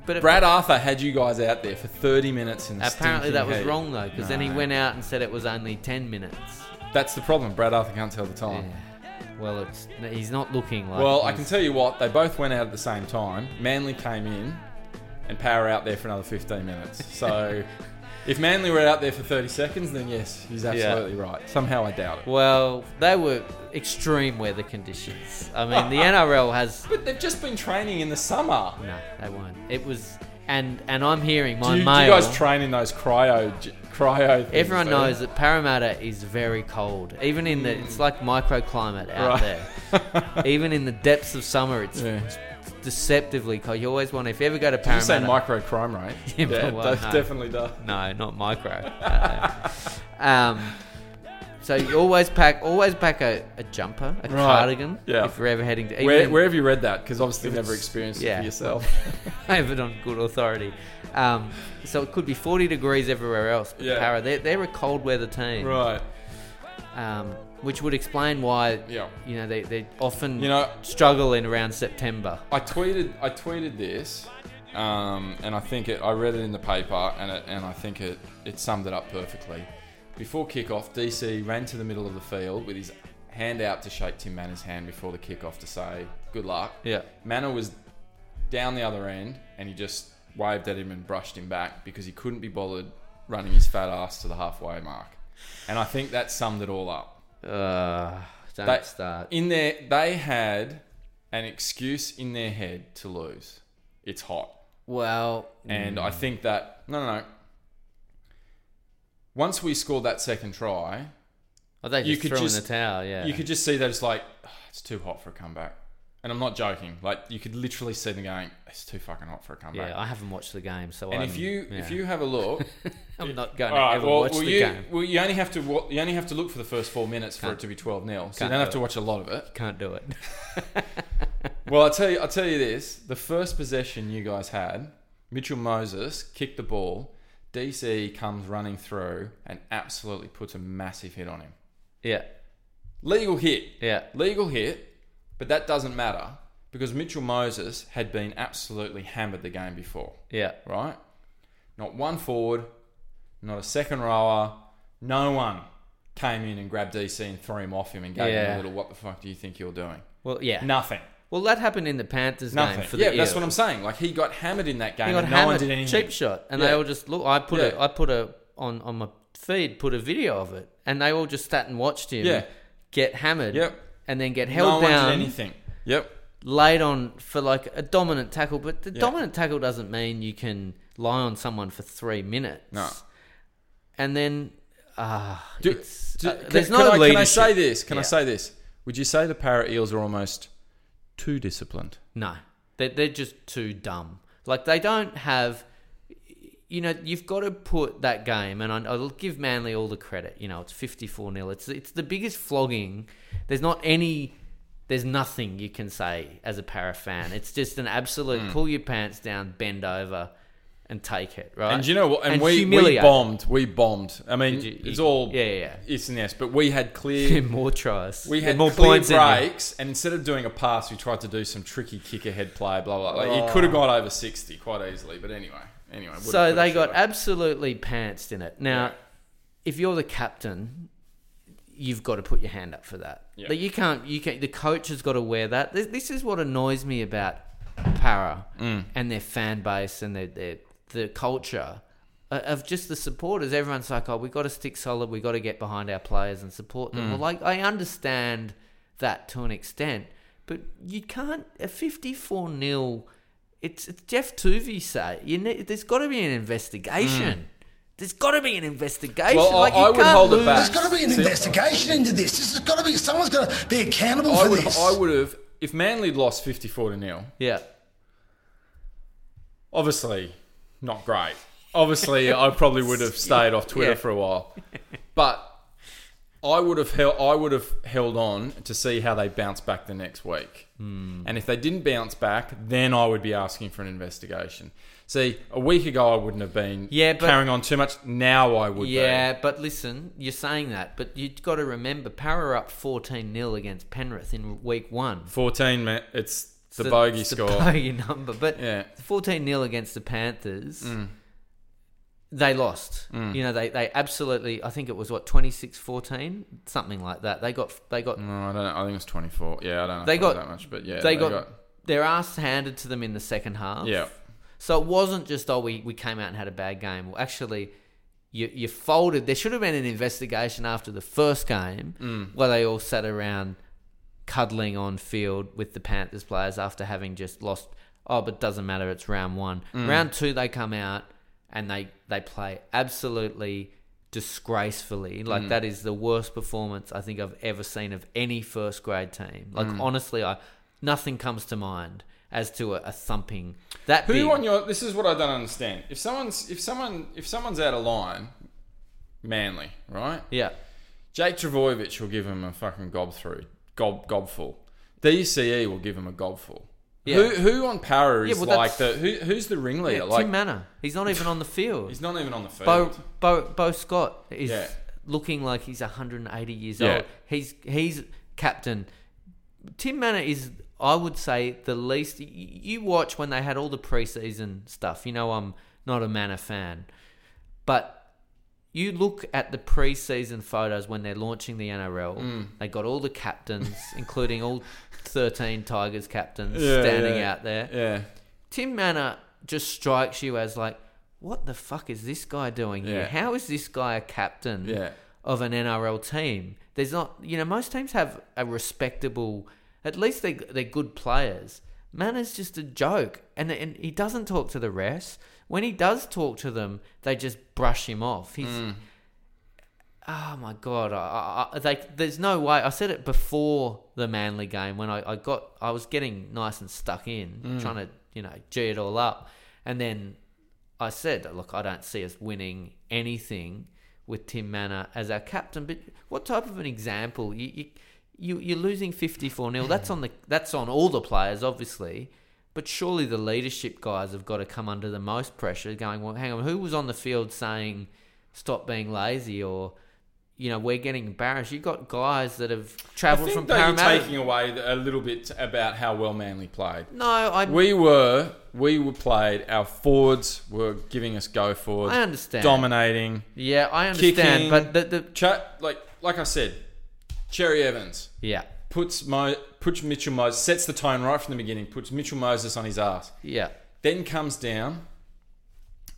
S5: But it-
S4: Brad Arthur had you guys out there for 30 minutes and
S5: apparently that was wrong though, because then he went out and said it was only ten minutes.
S4: That's the problem. Brad Arthur can't tell the time.
S5: Yeah. Well, it's he's not looking like.
S4: Oh. Well, I can
S5: he's-
S4: tell you what, they both went out at the same time. Manly came in and Power out there for another 15 minutes. So if Manly were out there for 30 seconds, then yes, he's absolutely right. Somehow I doubt it.
S5: Well, they were extreme weather conditions. I mean, the NRL has.
S4: But they've just been training in the summer.
S5: No, they weren't. It was, and and I'm hearing my
S4: Do you, do you
S5: male.
S4: guys train in those cryo j- cryo things? eh?
S5: Everyone
S4: do you?
S5: knows that Parramatta is very cold. Even in the, it's like microclimate out
S4: Right.
S5: there. Even in the depths of summer, it's
S4: Yeah.
S5: deceptively cold. You always want, if you ever go to
S4: Did you say
S5: Parramatta,
S4: micro crime rate?
S5: Yeah, but
S4: it
S5: well,
S4: does-
S5: no.
S4: definitely does.
S5: no, not micro. Uh, um, so you always pack, always pack a, a jumper, a
S4: Right.
S5: cardigan.
S4: Yeah.
S5: If you're ever heading to, even
S4: Where,
S5: in-
S4: where have you read that? Because obviously you've never experienced it
S5: yeah.
S4: for yourself.
S5: I have it on good authority. Um, so it could be 40 degrees everywhere else. But
S4: Yeah.
S5: Parra, they're, they're a cold weather team.
S4: right.
S5: um, which would explain why
S4: Yeah.
S5: you know they, they often
S4: You know,
S5: struggle in around September.
S4: I tweeted I tweeted this, um, and I think it. I read it in the paper, and it, and I think it it summed it up perfectly. Before kickoff, DC ran to the middle of the field with his hand out to shake Tim Manner's hand before the kickoff to say good luck.
S5: Yeah.
S4: Manor was down the other end, and he just waved at him and brushed him back because he couldn't be bothered running his fat ass to the halfway mark. And I think that summed it all up.
S5: Uh, don't
S4: They-
S5: start.
S4: In their, they had an excuse in their head to lose. It's hot,
S5: Well,
S4: and
S5: Mm.
S4: I think that no, no, no. Once we scored that second try,
S5: oh, they just
S4: you could
S5: threw him in
S4: just-
S5: the towel. Yeah,
S4: you could just see that it's like "Ugh, it's too hot for a comeback, and I'm not joking. Like you could literally see them going, "It's too fucking hot for a comeback."
S5: yeah. I haven't watched the game, so
S4: and
S5: I
S4: if
S5: haven't-
S4: you
S5: yeah.
S4: if you have a look,
S5: I'm not going
S4: All
S5: to
S4: right,
S5: ever
S4: well,
S5: watch
S4: well,
S5: the
S4: you,
S5: game.
S4: well, you only have to wa- you only have to look for the first four minutes for it to be twelve 0 So you don't
S5: Can't
S4: have
S5: do
S4: to
S5: it.
S4: watch a lot of it.
S5: Can't do it.
S4: Well, I tell you, I tell you this: the first possession you guys had, Mitchell Moses kicked the ball. DC comes running through and absolutely puts a massive hit on him.
S5: yeah,
S4: Legal hit,
S5: yeah.
S4: legal hit, but that doesn't matter because Mitchell Moses had been absolutely hammered the game before,
S5: Yeah,
S4: right? Not one forward, not a second rower, no one came in and grabbed DC and threw him off him and gave him
S5: Yeah.
S4: a little. What the fuck do you think you're doing?
S5: well, yeah.
S4: Nothing.
S5: Well, that happened in the Panthers
S4: Nothing.
S5: game for
S4: yeah,
S5: the
S4: that's
S5: Eels.
S4: what I'm saying. Like he got hammered in that game.
S5: He got
S4: and no one
S5: hammered,
S4: did anything.
S5: cheap shot, and
S4: Yeah.
S5: they all just look. I put
S4: Yeah.
S5: a, I put a on on my feed, put a video of it, and they all just sat and watched him
S4: Yeah.
S5: get hammered,
S4: Yep.
S5: and then get
S4: no
S5: held
S4: one did
S5: down,
S4: anything. Yep.
S5: laid on for like a dominant tackle. But the dominant tackle doesn't mean you can lie on someone for three minutes.
S4: No.
S5: and then ah,
S4: Do-
S5: it's
S4: do-
S5: uh,
S4: can-
S5: there's
S4: can
S5: no
S4: I,
S5: leadership.
S4: Can I say this? Can I
S5: Yeah.
S4: say this? Would you say the Para Eels are almost too disciplined?
S5: No, they're, they're just too dumb. Like they don't have. You know, you've got to put that game, and I- I'll give Manly all the credit. You know, it's fifty-four 0 It's it's the biggest flogging. There's not any. There's nothing
S4: Hmm.
S5: you can say as a para fan. It's just an absolute pull your pants down, bend over, and take it, right?
S4: And you know what? And, we, we
S5: humiliate
S4: bombed. We bombed. I mean,
S5: Did you-
S4: it's
S5: you-
S4: all
S5: yeah, yeah, yeah.
S4: yes and yes. But we had clear.
S5: them. more tries.
S4: We
S5: Yeah,
S4: had
S5: more
S4: clear
S5: points in there.
S4: breaks, and instead of doing a pass, we tried to do some tricky kick ahead play. Blah blah. blah. Like, It could have got over sixty quite easily, but anyway, anyway. woulda,
S5: Oh. So
S4: coulda,
S5: they got
S4: shoulda.
S5: absolutely pantsed in it. Now,
S4: Yeah.
S5: if you're the captain, you've got to put your hand up for that.
S4: Yeah.
S5: But you can't. You can not The coach has got to wear that. This, this is what annoys me about Para
S4: Mm.
S5: and their fan base and their their the culture uh, of just the supporters. Everyone's like, "Oh, we've got to stick solid. We've got to get behind our players and support
S4: Mm.
S5: them." Well, like I understand that to an extent, but you can't a fifty-four 0 it's, it's Jeff Tuvey say you ne- there's got to be an investigation. There's got to be an investigation.
S4: Hmm. Well, I-
S5: like, you
S4: I would
S5: can't
S4: hold it
S5: lose-
S4: back.
S7: There's got to be an investigation into this. This has got to be someone's got to be accountable
S4: I
S7: for
S4: would.
S7: this.
S4: I would have. If Manly lost fifty-four to nil,
S5: Yeah,
S4: obviously not great. Obviously, I probably would have stayed off Twitter
S5: Yeah.
S4: for a while, but I would have held. I would have held on to see how they bounce back the next week.
S5: Hmm.
S4: And if they didn't bounce back, then I would be asking for an investigation. See, a week ago I wouldn't have been
S5: Yeah, but-
S4: carrying on too much. Now I would.
S5: yeah.
S4: be.
S5: But listen, you're saying that, but you've got to remember, Para up fourteen 0 against Penrith in week one.
S4: fourteen. ma- It's the
S5: It's
S4: bogey
S5: it's
S4: score.
S5: The bogey number. But
S4: Yeah. Hmm.
S5: 14 0 against the Panthers, they lost. You know, they, they absolutely, I think it was what, 26 14? Something like that. They got, they got,
S4: No, I don't know. I think it's twenty-four. Yeah, I don't know. if
S5: They
S4: it was
S5: got-
S4: that much, but yeah,
S5: they, got, their ass handed to them in the second half.
S4: yeah.
S5: So it wasn't just, oh, we, we came out and had a bad game. Well, actually, you, you folded. There should have been an investigation after the first game where they all sat around cuddling on field with the Panthers players after having just lost. Oh, but doesn't matter. It's round one.
S4: Mm.
S5: Round two, they come out and they, they play absolutely disgracefully. Like,
S4: Mm.
S5: that is the worst performance I think I've ever seen of any first grade team. Like,
S4: Mm.
S5: honestly, I nothing comes to mind as to a, a thumping. That
S4: Who
S5: big.
S4: on your? This is what I don't understand. If someone's if someone if someone's out of line, Manly, right?
S5: Yeah.
S4: Jake Travojevic will give him a fucking gob through, gob gobful. DCE will give him a gobful.
S5: Yeah.
S4: Who who on Para
S5: Yeah,
S4: is
S5: well,
S4: like the
S5: that's-
S4: who, who's the ringleader?
S5: Yeah,
S4: like
S5: Tim Manor. He's not even on the field.
S4: he's not even on the field.
S5: Bo, Bo, Bo Scott is
S4: Yeah.
S5: looking like he's 180 years
S4: Yeah.
S5: old. He's he's captain. Tim Manor is, I would say, the least. y- You watch when they had all the preseason stuff. You know, I'm not a Manor fan, but you look at the preseason photos when they're launching the NRL.
S4: Mm.
S5: They got all the captains, including all 13 Tigers captains,
S4: Yeah,
S5: standing
S4: yeah.
S5: out there.
S4: yeah,
S5: Tim Manor just strikes you as like, what the fuck is this guy doing here?
S4: Yeah.
S5: How is this guy a captain
S4: Yeah.
S5: of an NRL team? There's not, you know, most teams have a respectable, at least they, they're good players. Manor's just a joke. And, and he doesn't talk to the refs. When he does talk to them, they just brush him off. He's, Oh my god! I, I, I, they, there's no way. I said it before the Manly game when I, I got I was getting nice and stuck in, trying to you know g it all up, and then I said, look, I don't see us winning anything with Tim Manor as our captain. But what type of an example? You you, you you're losing fifty four 0 That's on the that's on all the players, obviously. But surely the leadership guys have got to come under the most pressure. Going, well, hang on, who was on the field saying? Stop being lazy, or you know, we're getting embarrassed. You've got guys that have
S4: I
S5: travelled
S4: think
S5: from
S4: that you're
S5: Parramatta.
S4: taking away a little bit about how well Manly played.
S5: no, I,
S4: We were we were played. Our forwards were giving us go forwards.
S5: I understand.
S4: dominating.
S5: yeah, I understand,
S4: Kicking.
S5: but the, the
S4: Chat like like I said, Cherry Evans.
S5: yeah,
S4: puts Mo, puts Mitchell Moses sets the tone right from the beginning. Puts Mitchell Moses on his ass.
S5: yeah,
S4: Then comes down.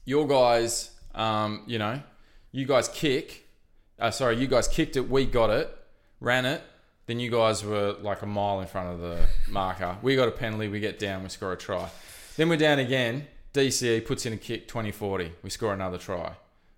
S4: Your guys, um, you know, you guys kick. Uh, sorry, you guys kicked it. We got it, ran it. Then you guys were like a mile in front of the marker. We got a penalty. We get down. We score a try. Then we're down again. DCE puts in a kick, 20-40. We score another try.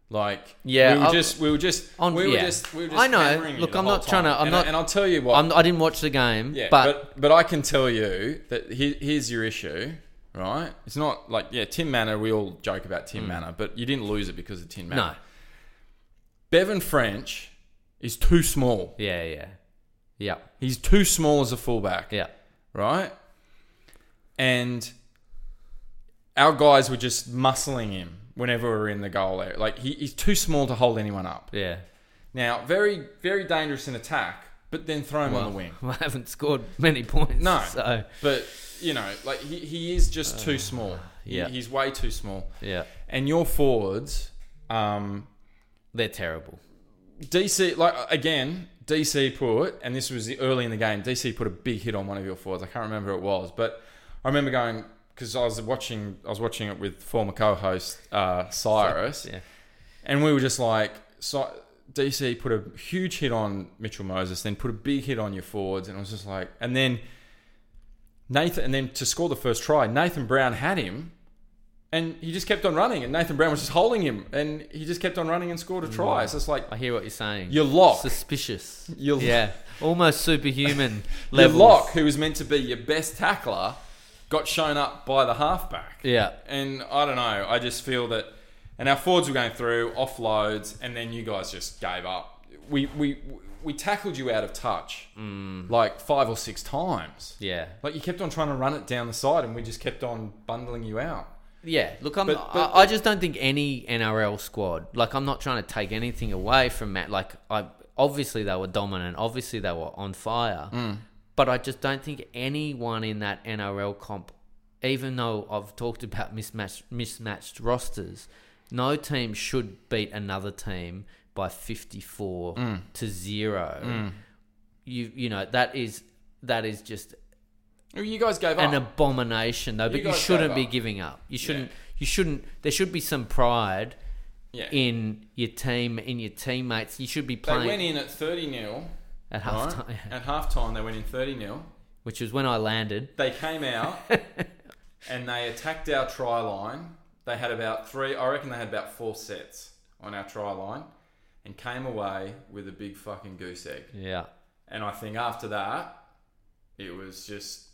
S4: Like
S5: Yeah,
S4: we were
S5: I'll-
S4: just we were just
S5: On-
S4: we were
S5: yeah.
S4: just we were just
S5: I know.
S4: hammering you
S5: Look,
S4: the
S5: I'm
S4: whole
S5: not trying
S4: time.
S5: to- I'm
S4: And-
S5: not-
S4: and I'll tell you what
S5: I'm, I didn't watch the game,
S4: yeah,
S5: but,
S4: but, but I can tell you that he, here's your issue, right? It's not like yeah, Tim Manor. We all joke about Tim Manor, but you didn't lose it because of Tim Manor.
S5: Mm. no,
S4: Bevan French is too small.
S5: yeah, yeah, yeah,
S4: He's too small as a fullback,
S5: yeah,
S4: right? And our guys were just muscling him whenever we were in the goal area. Like he, he's too small to hold anyone up.
S5: Yeah.
S4: Now, very very dangerous in attack, but then throw him on the wing.
S5: I haven't scored many points.
S4: No,
S5: So, Uh,
S4: but you know, like he, he is just too small. He-
S5: yeah.
S4: he's way too small.
S5: yeah.
S4: And your forwards, um,
S5: They're terrible.
S4: DC, like uh, again, DC put, and this was the, early in the game. DC put a big hit on one of your forwards. I can't remember who it was, but I remember going because I was watching. I was watching it with former co-host uh, Cyrus,
S5: Yeah.
S4: and we were just like, so DC put a huge hit on Mitchell Moses, then put a big hit on your forwards, and I was just like, and then Nathan, and then to score the first try, Nathan Brown had him. And he just kept on running, and Nathan Brown was just holding him, and he just kept on running and scored a try. So it's like
S5: I hear what you're saying.
S4: Your lock.
S5: Suspicious.
S4: Your-
S5: yeah. Almost superhuman
S4: The
S5: level.
S4: Lock, who was meant to be your best tackler, got shown up by the halfback.
S5: Yeah.
S4: And I don't know. I just feel that. And our forwards were going through offloads, and then you guys just gave up. We we we tackled you out of touch like five or six times.
S5: Mm. Yeah.
S4: Like you kept on trying to run it down the side, and we just kept on bundling you out.
S5: Yeah, look, I'm,
S4: But- but-
S5: I, I just don't think any NRL squad. Like, I'm not trying to take anything away from Matt. Like, I obviously they were dominant. Obviously they were on fire.
S4: Mm.
S5: But I just don't think anyone in that NRL comp, even though I've talked about mismatched mismatched rosters, no team should beat another team by 54
S4: Mm.
S5: to zero. You you know that is that is just
S4: You guys gave
S5: an
S4: up.
S5: abomination though but you,
S4: guys
S5: shouldn't
S4: gave
S5: be
S4: up.
S5: giving up you shouldn't you shouldn't there should be some pride
S4: yeah.
S5: in your team in your teammates you should be
S4: they
S5: playing
S4: went in at thirty 0
S5: at half time
S4: At halftime, they went in thirty 0
S5: which was when i landed
S4: they came out and they attacked our try line. They had about three, I reckon they had about four sets on our try line and came away with a big fucking goose egg.
S5: yeah
S4: And I think after that, it was just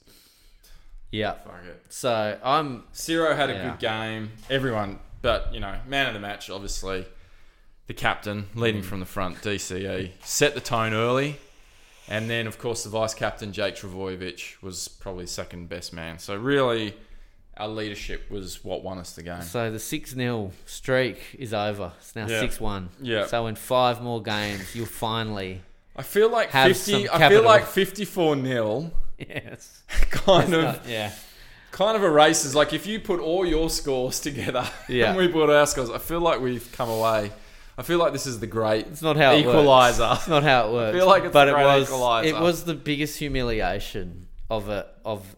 S5: yeah
S4: fuck it.
S5: so i'm
S4: Ciro had a
S5: Yeah.
S4: good game, everyone, but you know, man of the match, obviously. The captain
S5: Mm.
S4: leading from the front, DCE, set the tone early. And then, of course, the vice captain, Jake Travojevic, was probably second best man. So, really, our leadership was what won us the game.
S5: so the 6 0 streak is over. It's now
S4: Yeah.
S5: 6 1.
S4: Yeah.
S5: So in five more games, you'll finally.
S4: I feel like
S5: Have
S4: 50,
S5: some
S4: I feel
S5: capital.
S4: like 54 nil
S5: Yes.
S4: kind of
S5: yeah.
S4: kind of erases. Like, if you put all your scores together
S5: Yeah.
S4: and we put our scores, I feel like we've come away. I feel like this is the great
S5: It's not how it works.
S4: equalizer.
S5: It's not how it works.
S4: feel like it's
S5: but
S4: a
S5: it
S4: great
S5: was
S4: equaliser.
S5: it was the biggest humiliation of a of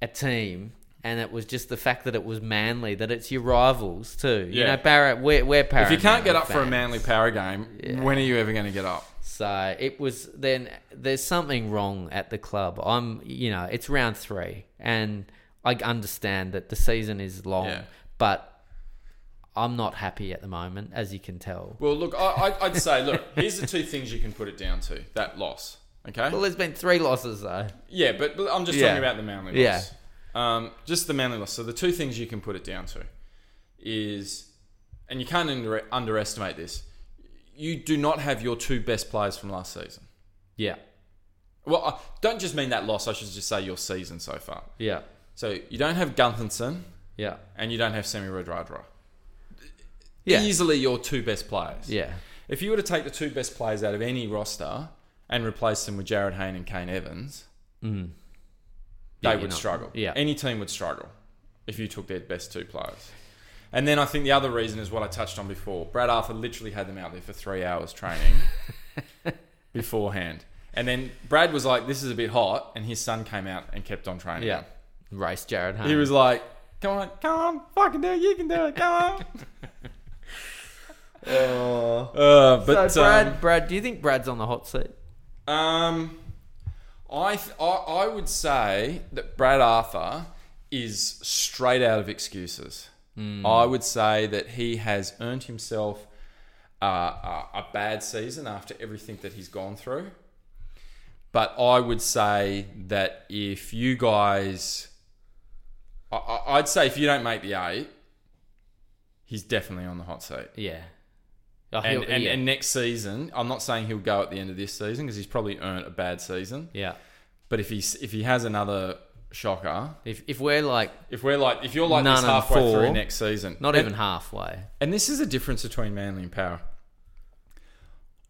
S5: a team, and it was just the fact that it was Manly, that it's your rivals too. You
S4: Yeah.
S5: know, Barrett, we're we're
S4: If
S5: Barrett.
S4: you can't get up for a Manly Power game, when are you ever going to get up?
S5: so it was. Then there's something wrong at the club. I'm, you know, it's round three, and I understand that the season is long,
S4: Yeah.
S5: but. I'm not happy at the moment, as you can tell.
S4: Well, look, I, I, I'd say, look, here's the two things you can put it down to that loss. Okay.
S5: Well, there's been three losses though.
S4: yeah, but, but I'm just
S5: Yeah.
S4: talking about the Manly
S5: Yeah.
S4: loss. Um, just the Manly loss. So the two things you can put it down to is, and you can't under, underestimate this. You do not have your two best players from last season.
S5: Yeah,
S4: Well, I don't just mean that loss. I should just say your season so far.
S5: yeah,
S4: So you don't have Gunthinson
S5: yeah,
S4: and you don't have Semi Rodradra.
S5: yeah.
S4: Easily your two best players.
S5: Yeah.
S4: If you were to take the two best players out of any roster and replace them with Jared Hayne and Kane Evans, they
S5: Mm. Yeah, you're
S4: would
S5: not-
S4: struggle.
S5: yeah.
S4: Any team would struggle if you took their best two players. And then I think the other reason is what I touched on before. Brad Arthur literally had them out there for three hours training beforehand. And then Brad was like, this is a bit hot. And his son came out and kept on training.
S5: Yeah. Race Jared Hunt.
S4: He was like, come on, come on, fucking do it. You can do it. Come on. Uh, but
S5: Oh. so Brad,
S4: um,
S5: Brad, do you think Brad's on the hot seat?
S4: Um, I, th- I I would say that Brad Arthur is straight out of excuses. I would say that he has earned himself uh, a, a bad season after everything that he's gone through. But I would say that if you guys, I, I, I'd say if you don't make the eight, he's definitely on the hot seat.
S5: Yeah. Oh,
S4: And,
S5: he'll-
S4: and,
S5: yeah.
S4: and next season, I'm not saying he'll go at the end of this season because he's probably earned a bad season.
S5: yeah.
S4: But if he if he has another Shocker.
S5: If, if we're like
S4: If we're like, if you're like
S5: None
S4: this
S5: and
S4: halfway through
S5: four.
S4: next season,
S5: not
S4: and,
S5: even halfway,
S4: And this is the difference between Manly and Power.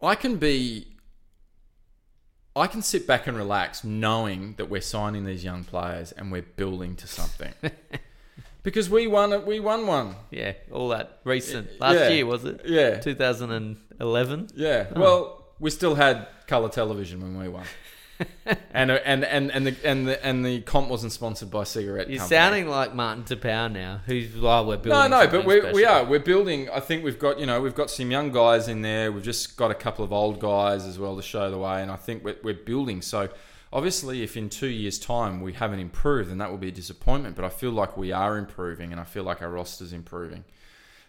S4: I can be, I can sit back and relax, knowing that we're signing these young players and we're building to something. because we won, it. we won one.
S5: yeah, all that recent last
S4: Yeah.
S5: year was it?
S4: Yeah.
S5: 2011.
S4: Yeah. Well, we still had color television when we won. and uh, and and and the and the and the comp wasn't sponsored by cigarette.
S5: You're
S4: company.
S5: sounding like Martin Tapau now, who's oh, we're building.
S4: No, no, but
S5: something
S4: we, we
S5: special."
S4: are we're building. I think we've got you know we've got some young guys in there. We've just got a couple of old guys as well to show the way, and I think we're, we're building. So obviously, if in two years' time we haven't improved, then that will be a disappointment. But I feel like we are improving, and I feel like our roster's improving.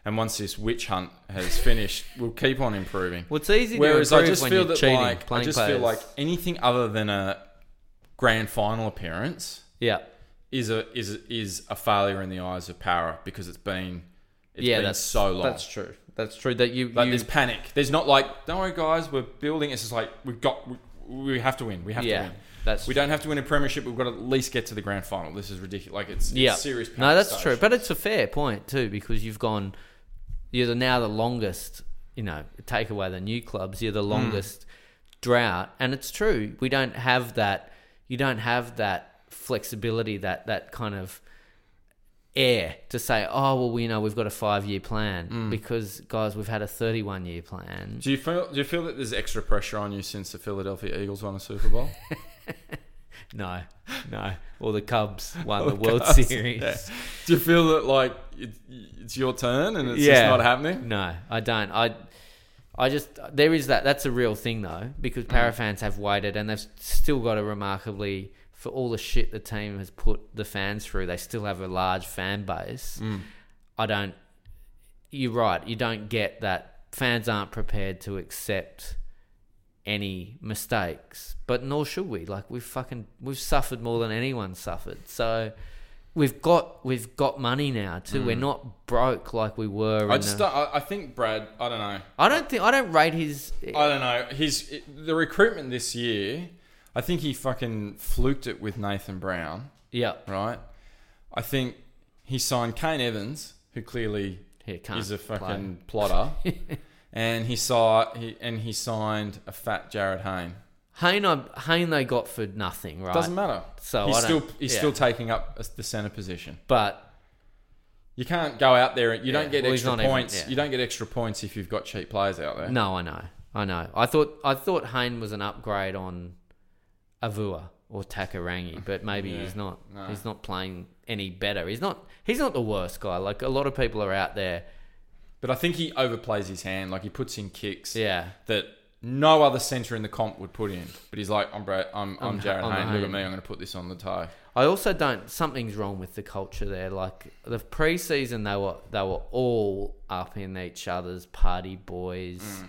S4: And once this witch hunt has finished, we'll keep on improving.
S5: Well, it's easy to
S4: Whereas I
S5: improve
S4: just
S5: when
S4: feel
S5: you're
S4: that
S5: cheating,
S4: like I
S5: playing
S4: just feel
S5: players.
S4: like anything other than a grand final appearance
S5: Yeah,
S4: is a is a, is a failure in the eyes of power because it's been it's
S5: yeah,
S4: been
S5: that's
S4: so long.
S5: That's true. That's true. That you,
S4: Like
S5: you
S4: there's panic. There's not like don't worry guys, we're building. It's just like we've got we, we have to win. We have
S5: Yeah,
S4: to win.
S5: that's
S4: we don't have to win a premiership. We've got to at least get to the grand final. This is ridiculous. Like it's, it's
S5: yeah,
S4: serious. Panic
S5: no, that's
S4: stage.
S5: true. But it's a fair point too because you've gone. You're the, now the longest. You know, take away the new clubs.
S4: Mm.
S5: You're the longest drought, and it's true. We don't have that. You don't have that flexibility. That that kind of air to say, oh well, we know we've got a five year plan
S4: Mm.
S5: because guys, we've had a thirty one year plan.
S4: Do you feel do you feel that there's extra pressure on you since the Philadelphia Eagles won a Super Bowl?
S5: No, no. Or the Cubs won
S4: the
S5: the World
S4: Cubs,
S5: Series.
S4: yeah. do you feel that like it, it's your turn and it's just not happening?
S5: No, I don't. I, I just there is that. That's a real thing though, because
S4: Mm.
S5: para fans have waited and they've still got a remarkably for all the shit the team has put the fans through. They still have a large fan base.
S4: Mm.
S5: I don't. You're right. You don't get that. Fans aren't prepared to accept any mistakes, but nor should we. Like we've fucking we've suffered more than anyone suffered. So we've got we've got money now too. We're not broke like we were.
S4: Mm. I
S5: in
S4: just
S5: the,
S4: don't- I, I think Brad. I don't know.
S5: I don't think I don't rate his.
S4: I don't know. His the recruitment this year. I think he fucking fluked it with Nathan Brown,
S5: yeah,
S4: right? I think he signed Kane Evans, who clearly
S5: He can't
S4: is a fucking plotter, and he saw he and he signed a fat Jared Hayne.
S5: Hayne, I, Hayne they got for nothing, right?
S4: Doesn't matter.
S5: So
S4: he's
S5: I don't-
S4: still he's
S5: yeah.
S4: still taking up a- the center position.
S5: But
S4: You can't go out there and you
S5: Yeah,
S4: don't get
S5: well, he's
S4: extra
S5: not even-
S4: points.
S5: yeah.
S4: You don't get extra points if you've got cheap players out there.
S5: no, I know, I know. I thought I thought Hayne was an upgrade on Avua or Takarangi, but maybe he's not. He's not playing any better. He's not. He's not the worst guy. Like a lot of people are out there.
S4: But I think he overplays his hand. Like he puts in kicks.
S5: Yeah.
S4: that no other centre in the comp would put in. But he's like, I'm Brad, I'm, I'm, Jared
S5: I'm
S4: Hayne. Look at
S5: Hayne.
S4: me, I'm going to put this on the tie.
S5: I also don't. Something's wrong with the culture there. Like the preseason, they were they were all up in each other's party boys.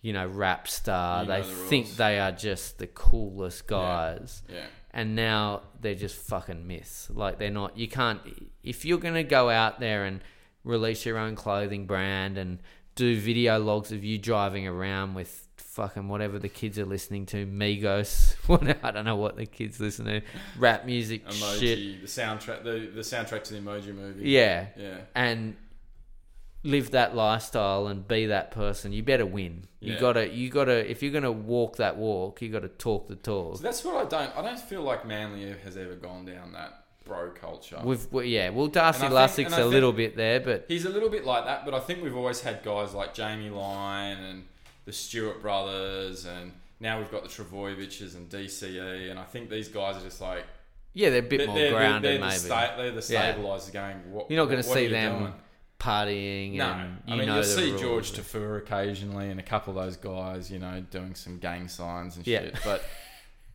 S5: You know, rap star.
S4: Mm. You
S5: they
S4: know the
S5: think
S4: rules.
S5: they are just the coolest guys,
S4: Yeah.
S5: and now they're just fucking myths. Like they're not. You can't. If you're gonna go out there and release your own clothing brand and do video logs of you driving around with fucking whatever the kids are listening to, Migos. What I don't know what the kids listen to, rap music,
S4: Emoji,
S5: shit.
S4: the soundtrack, the, the soundtrack to the Emoji movie.
S5: Yeah.
S4: Yeah.
S5: And live that lifestyle and be that person. You better win. You
S4: Yeah.
S5: gotta you gotta if you're gonna walk that walk, you gotta talk the talk.
S4: That's what I don't. I don't feel like Manly has ever gone down that bro culture.
S5: We've we, yeah, well Darcy
S4: And I think-
S5: Lussick's
S4: and I
S5: a
S4: think-
S5: little bit there, but
S4: He's a little bit like that, but I think we've always had guys like Jamie Lyon and the Stewart brothers, and now we've got the Travojeviches and DCE, and I think these guys are just like
S5: yeah, they're a bit
S4: they're,
S5: more
S4: they're- they're
S5: grounded
S4: the
S5: maybe.
S4: sta- they're the
S5: Yeah.
S4: stabilisers going. What,
S5: You're not going
S4: what
S5: to
S4: are
S5: see
S4: you
S5: them
S4: doing?"
S5: partying.
S4: No,
S5: and you
S4: I mean
S5: know
S4: you'll
S5: the
S4: see
S5: rules.
S4: George Tafur occasionally and a couple of those guys, you know, doing some gang signs and
S5: Yeah.
S4: shit. But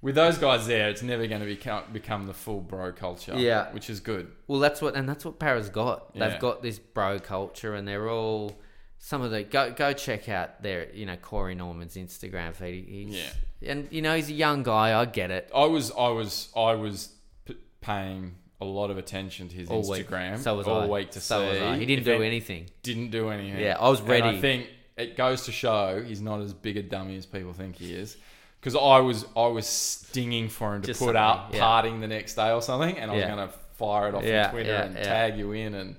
S4: with those guys there, it's never going to become become the full bro culture.
S5: Yeah.
S4: which is good.
S5: Well, that's what, and that's what Para's got.
S4: Yeah.
S5: They've got this bro culture, and they're all some of the go go check out their you know Corey Norman's Instagram feed. He- He's, and you know he's a young guy. I get it.
S4: I was I was I was p- paying a lot of attention to his
S5: All week.
S4: Instagram
S5: So was
S4: all
S5: I.
S4: week to
S5: so
S4: see.
S5: was I. He didn't
S4: if
S5: do
S4: it
S5: anything.
S4: Didn't do anything.
S5: Yeah, I was
S4: And
S5: ready.
S4: I think it goes to show he's not as big a dummy as people think he is. because I was I was stinging for him to
S5: Just
S4: put
S5: something,
S4: up
S5: yeah.
S4: parting the next day or something, and I was
S5: Yeah.
S4: going to fire it off
S5: Yeah,
S4: on Twitter
S5: yeah,
S4: and
S5: yeah.
S4: tag you in, and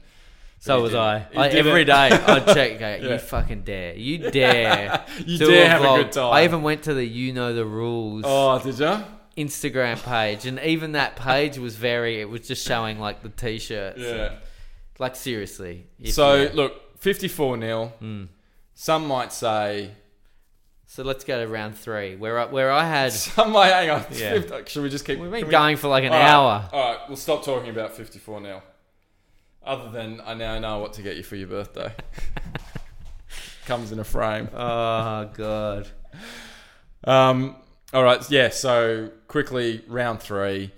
S5: So
S4: You
S5: was
S4: did.
S5: I.
S4: You
S5: I
S4: did
S5: every
S4: it.
S5: day I'd check. Go,
S4: Yeah.
S5: You fucking dare! You dare!
S4: You
S5: do
S4: dare have a good time.
S5: I even went to the you know the rules
S4: oh, did you?
S5: Instagram page, and even that page was very. It was just showing like the t-shirts.
S4: Yeah.
S5: Like seriously. if
S4: So
S5: you- Hmm.
S4: look, fifty-four 0 Some might say.
S5: so let's go to round three, where I, where I had
S4: Some might hang on.
S5: Yeah.
S4: 50 Should we just keep?
S5: we've been
S4: can we- Ah.
S5: going for like an
S4: All right,
S5: hour.
S4: All right, we'll stop talking about fifty-four 0 Other than I now know what to get you for your birthday. Comes in a frame.
S5: Oh god.
S4: Um, all right, yeah. So quickly, round three.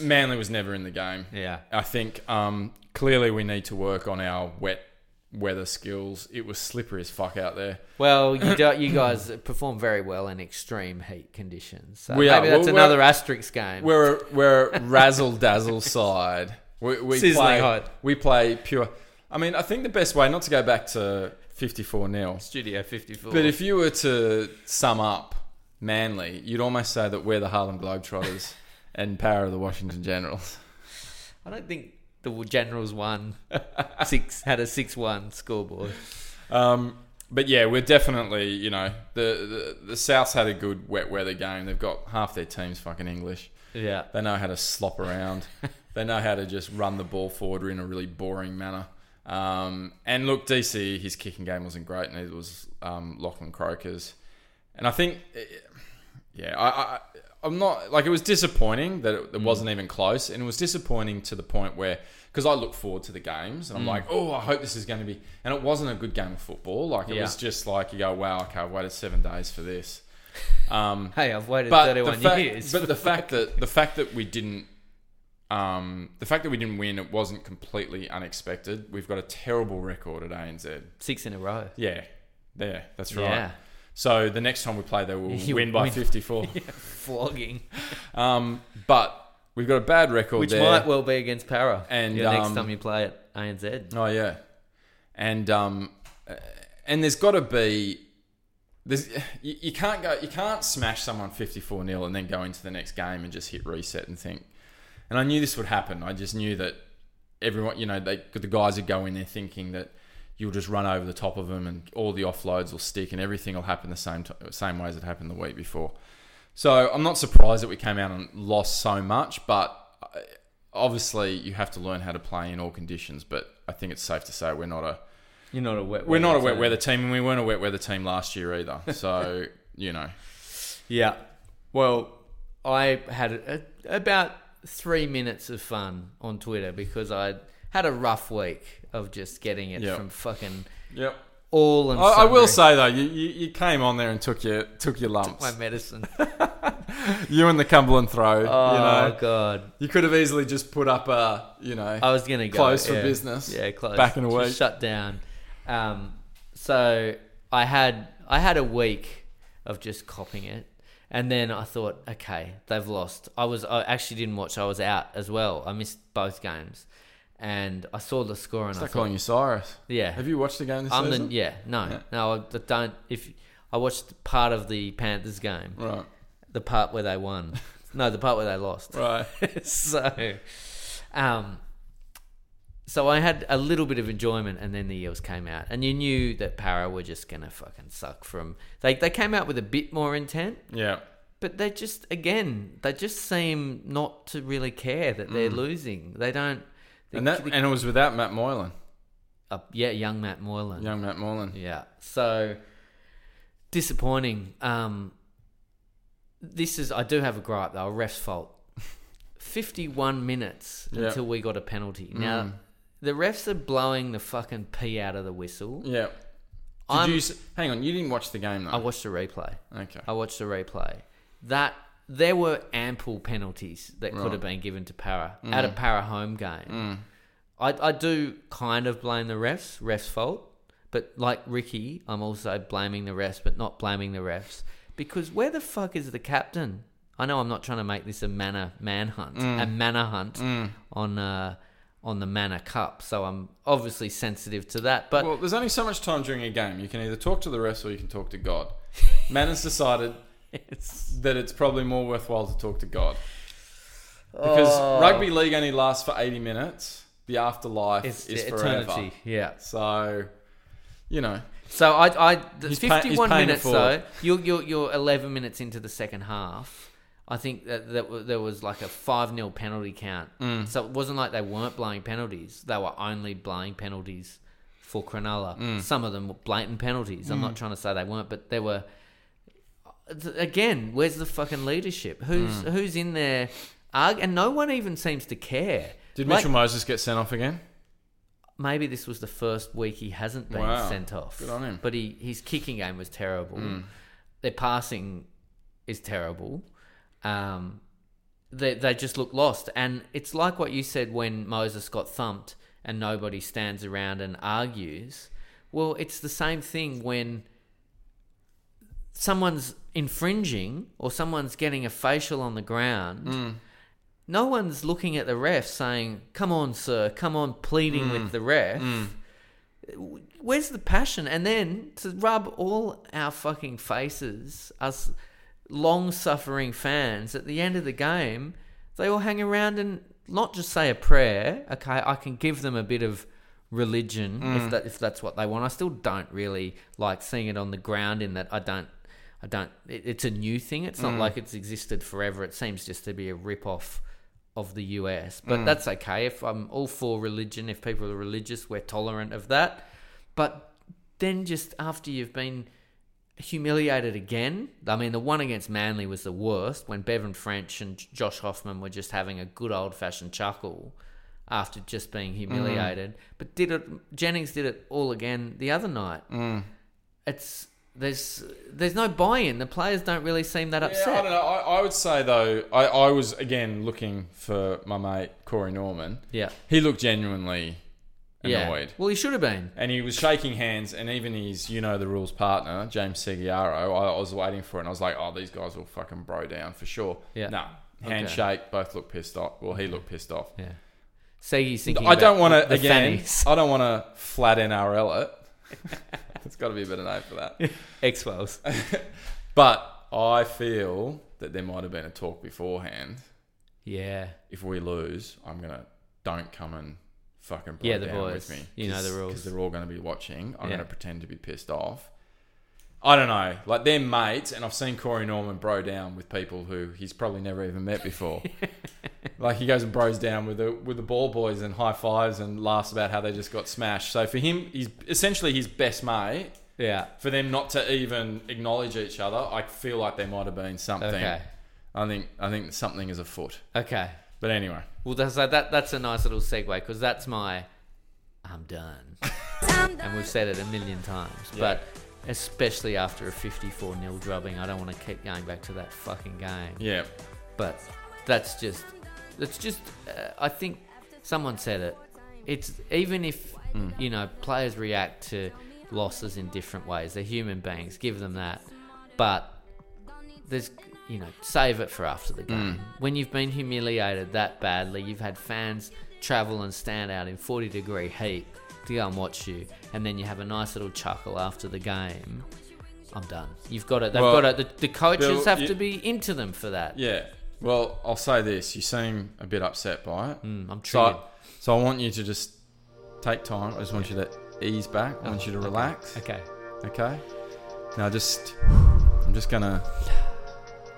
S4: Manly was never in the game.
S5: Yeah.
S4: I think um, clearly we need to work on our wet weather skills. It was slippery as fuck out there.
S5: Well, you do, you guys perform very well in extreme heat conditions. So
S4: We are.
S5: maybe that's
S4: Well, we're-
S5: another asterisk game.
S4: We're a, we're a razzle dazzle side. We, we
S5: Sizzling
S4: play,
S5: hot.
S4: We play pure. I mean, I think the best way not to go back to fifty four 0
S5: Studio 54.
S4: But if you were to sum up Manly, you'd almost say that we're the Harlem Globetrotters and Power of the Washington Generals.
S5: I don't think the Generals won. six had a six-one scoreboard.
S4: Um, but yeah, we're definitely you know the, the the South's had a good wet weather game. They've got half their teams fucking English.
S5: Yeah,
S4: They know how to slop around. they know how to just run the ball forward in a really boring manner. Um, and look, DC, his kicking game wasn't great, neither was um, Lachlan Croker's. And I think, eh, yeah, I, I, I'm not like it was disappointing that it, it wasn't even close, and it was disappointing to the point where because I look forward to the games and I'm like, oh, I hope this is going to be. And it wasn't a good game of football. Like it
S5: Yeah.
S4: was just like you go, wow, okay, I've waited seven days for this. Um,
S5: Hey, I've waited
S4: but the,
S5: 31
S4: fact,
S5: years.
S4: but the fact that the fact that we didn't um, the fact that we didn't win it wasn't completely unexpected. We've got a terrible record at ANZ.
S5: six in a row.
S4: Yeah. There, that's right.
S5: Yeah.
S4: So the next time we play they will
S5: You
S4: win by
S5: win.
S4: 54.
S5: Flogging,
S4: um, but we've got a bad record
S5: which
S4: there.
S5: might well be against Para.
S4: And,
S5: Yeah, next
S4: um,
S5: time you play at ANZ,
S4: Oh yeah, and um, uh, and there's got to be there's you, you can't go you can't smash someone 54 0 and then go into the next game and just hit reset and think. And I knew this would happen. I just knew that everyone, you know, they the guys would go in there thinking that you'll just run over the top of them and all the offloads will stick and everything will happen the same t- same way as it happened the week before. So I'm not surprised that we came out and lost so much, but uh, obviously you have to learn how to play in all conditions. But I think it's safe to say we're not a
S5: you're not a wet.
S4: we're not a wet
S5: team.
S4: weather team, and we weren't a wet weather team last year either. So you know,
S5: Yeah. Well, I had a, about three minutes of fun on Twitter because I had a rough week of just getting it
S4: Yeah.
S5: from fucking
S4: yep.
S5: all and
S4: I, I will
S5: sundry.
S4: say though, you, you, you came on there and took your took your lumps.
S5: my medicine.
S4: You and the Cumberland throw.
S5: Oh
S4: you know,
S5: god,
S4: you could have easily just put up a you know.
S5: I was gonna go
S4: Close for
S5: yeah.
S4: business.
S5: Yeah, close.
S4: Back in a
S5: Just
S4: week.
S5: shut down. Um, so I had I had a week of just copying it, and then I thought, okay, they've lost. I was I actually didn't watch. I was out as well. I missed both games, and I saw the score and I
S4: Start
S5: thought,
S4: calling you Cyrus.
S5: yeah,
S4: Have you watched the game this
S5: I'm the
S4: season?
S5: yeah no no I don't if I watched part of the Panthers game
S4: Right.
S5: the part where they won no the part where they lost
S4: Right.
S5: so, um, so I had a little bit of enjoyment, and then the Eels came out, and you knew that Para were just gonna fucking suck from. They they came out with a bit more intent,
S4: yeah.
S5: but they just again they just seem not to really care that they're losing. They don't.
S4: And that
S5: they-
S4: and it was without Matt Moylan,
S5: uh, yeah, young Matt Moylan.
S4: young Matt Moylan.
S5: Yeah. So disappointing. Um this is I do have a gripe though, a ref's fault. Fifty one minutes
S4: Yeah. Mm.
S5: until we got a penalty. Now the refs are blowing the fucking pee out of the whistle.
S4: Yeah. Did
S5: I'm-
S4: you s- hang on? You didn't watch the game though.
S5: I watched the replay.
S4: Okay.
S5: I watched the replay. That there were ample penalties that could
S4: Right. Mm.
S5: have been given to Para at a Para home game. I, I do kind of blame the refs, refs' fault, but like Ricky, I'm also blaming the refs, but not blaming the refs because where the fuck is the captain? I know I'm not trying to make this a manor manhunt, a
S4: Mm.
S5: manor hunt on uh, on the manor cup, so I'm obviously sensitive to that. But
S4: Well, there's only so much time during a game. You can either talk to the refs or you can talk to God. Manners decided
S5: yes.
S4: that it's probably more worthwhile to talk to God. Because
S5: Oh.
S4: rugby league only lasts for 80 minutes, the afterlife
S5: It's
S4: is forever.
S5: eternity. Yeah.
S4: So, you know,
S5: So I, I the
S4: He's pa- he's
S5: 51
S4: paying it
S5: minutes
S4: forward.
S5: though. You're, you're you're 11 minutes into the second half. I think that, that w- there was like a 5 0 penalty count.
S4: Mm.
S5: So it wasn't like they weren't blowing penalties. They were only blowing penalties for Cronulla.
S4: Mm.
S5: Some of them were blatant penalties. I'm not trying to say they weren't, but there were again, where's the fucking leadership? Who's
S4: Mm.
S5: who's in there? Arg- and no one even seems to care.
S4: did
S5: Like,
S4: Mitchell Moses get sent off again?
S5: maybe this was the first week he hasn't been
S4: Wow.
S5: sent off.
S4: Good on him. Mm.
S5: But he, his kicking game was terrible. Their passing is terrible. Um, they, they just look lost. And it's like what you said when Moses got thumped and nobody stands around and argues. Well, it's the same thing when someone's infringing or someone's getting a facial on the ground.
S4: Mm.
S5: No one's looking at the ref saying, "Come on, sir, come on," pleading
S4: Mm.
S5: with the ref. Where's the passion? And then to rub all our fucking faces, us long-suffering fans, at the end of the game, they all hang around and not just say a prayer. Okay, I can give them a bit of religion if that if that's what they want. I still don't really like seeing it on the ground in that I don't I don't. It, it's a new thing. It's not like it's existed forever. It seems just to be a rip off of the US. But that's okay. If I'm all for religion, if people are religious, we're tolerant of that. But then just after you've been humiliated again, I mean, the one against Manly was the worst when Bevan French and Josh Hoffman were just having a good old fashioned chuckle after just
S4: Mm.
S5: being humiliated. But did it? Jennings did it all again the other night
S4: Mm.
S5: it's there's there's no buy-in. The players don't really seem that upset.
S4: Yeah, I don't know. I, I would say though, I, I was again looking for my mate Corey Norman.
S5: Yeah.
S4: he looked genuinely
S5: Yeah.
S4: annoyed,
S5: Well, he should have been.
S4: and he was shaking hands. And even his, you know, the rules partner James Seguiaro, I, I was waiting for, it and I was like, oh, these guys will fucking bro down for sure.
S5: Yeah.
S4: nah, handshake. Both look pissed off. Well, he looked pissed off.
S5: Yeah. Seggy's thinking.
S4: I don't want to
S5: to
S4: again. I don't want to flat NRL it. It's got to be a better name for that.
S5: X Wells.
S4: But I feel that there might have been a talk beforehand.
S5: yeah.
S4: if we lose, I'm gonna don't come and fucking play
S5: Yeah, the
S4: down
S5: boys.
S4: with me.
S5: You know the rules.
S4: because they're all gonna be watching. I'm
S5: Yeah.
S4: gonna pretend to be pissed off. I don't know, like they're mates, and I've seen Corey Norman bro down with people who he's probably never even met before. like he goes and bros down with the with the ball boys and high fives and laughs about how they just got smashed. So for him, he's essentially his best mate.
S5: Yeah.
S4: For them not to even acknowledge each other, I feel like there might have been something.
S5: Okay.
S4: I think I think something is afoot.
S5: Okay.
S4: But anyway.
S5: Well, that's so that that's a nice little segue because that's my I'm done, and we've said it a million times, but. Especially after a 54 0 drubbing, I don't want to keep going back to that fucking game.
S4: Yeah.
S5: but that's just that's just uh, i think someone said it it's even if
S4: Hmm.
S5: you know players react to losses in different ways they're human beings give them that but there's you know save it for after the game
S4: Hmm.
S5: when you've been humiliated that badly you've had fans travel and stand out in 40 degree heat to go and watch you and then you have a nice little chuckle after the game i'm done you've got it they've
S4: Well,
S5: got it the, the coaches
S4: Bill,
S5: have
S4: you-
S5: to be into them for that
S4: Yeah. Well, I'll say this. You seem a bit upset by it. Mm,
S5: I'm Hmm, triggered.
S4: so, so I want you to just take time. I just want you to ease back. I want you to relax.
S5: Oh, okay.
S4: Okay. Now just, I'm just gonna,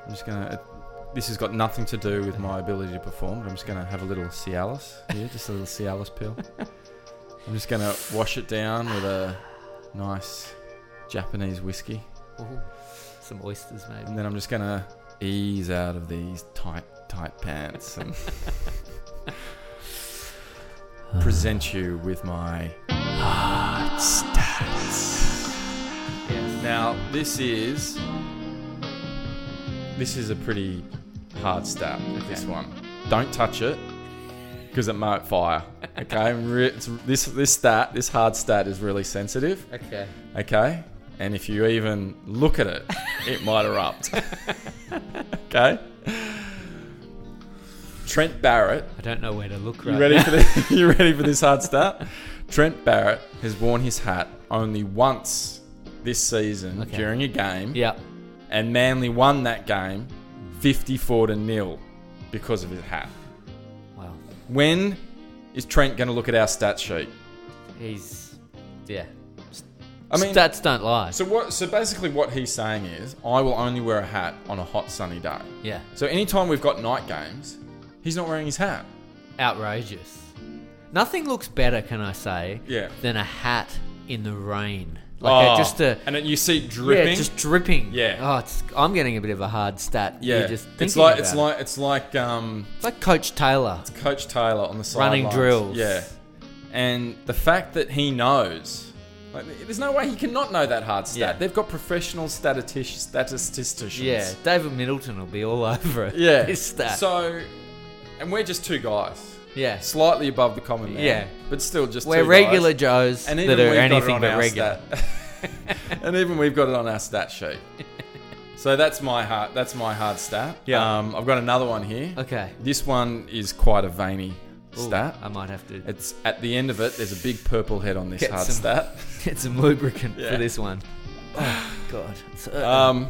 S4: I'm just gonna. uh, This has got nothing to do with my ability to perform. But I'm just gonna have a little Cialis here, just a little Cialis pill. I'm just gonna wash it down with a nice Japanese whiskey,
S5: Ooh, some oysters, maybe.
S4: and then I'm just gonna ease out of these tight, tight pants and present you with my Now, this is this is a pretty hard stat. This one, don't touch it because it might fire. Okay, I'm re- it's, this this stat, this hard stat, is really sensitive.
S5: Okay.
S4: Okay, and if you even look at it, it might erupt. okay. Trent Barrett
S5: I don't know where to look right
S4: you ready for this? you ready for this hard start? Trent Barrett has worn his hat only once this season
S5: Okay.
S4: during a game
S5: Yeah.
S4: and Manly won that game 54 to nil because of his hat.
S5: Wow.
S4: When is Trent going to look at our stat sheet?
S5: He's. Yeah.
S4: I mean,
S5: Stats don't lie.
S4: so what? So basically, what he's saying is, I will only wear a hat on a hot sunny day.
S5: yeah.
S4: So anytime we've got night games, he's not wearing his hat.
S5: Outrageous. Nothing looks better, can I say,
S4: Yeah.
S5: than a hat in the rain. Like a-
S4: Oh,
S5: just a.
S4: and it, you see dripping.
S5: Yeah, just dripping.
S4: Yeah.
S5: Oh, it's, I'm getting a bit of a hard stat.
S4: Yeah.
S5: You're just
S4: it's
S5: thinking
S4: like
S5: about
S4: it's
S5: it.
S4: like it's like um,
S5: It's like Coach Taylor.
S4: Coach Taylor on the side
S5: Running drills.
S4: Yeah, and the fact that he knows, like, there's no way he cannot know that hard stat.
S5: Yeah.
S4: They've got professional statistician, statisticians.
S5: Yeah, David Middleton will be all over it.
S4: yeah.
S5: His stat.
S4: So, and we're just two guys,
S5: yeah.
S4: slightly above the common man.
S5: Yeah.
S4: but still just
S5: We're
S4: two
S5: regular
S4: guys.
S5: Joes
S4: and even
S5: that are
S4: we've got it
S5: anything
S4: on
S5: but
S4: our
S5: regular.
S4: stat- and even we've got it on our stat sheet. So that's my heart. That's my hard stat.
S5: Yeah.
S4: Um, I've got another one here.
S5: Okay.
S4: This one is quite a veiny
S5: Ooh, um,
S4: stat.
S5: I might have to
S4: It's at the end of it. There's a big purple head on this
S5: Get
S4: hard
S5: some-
S4: stat.
S5: get some lubricant
S4: Yeah.
S5: for this one. Oh, God. It's hurting.
S4: Um,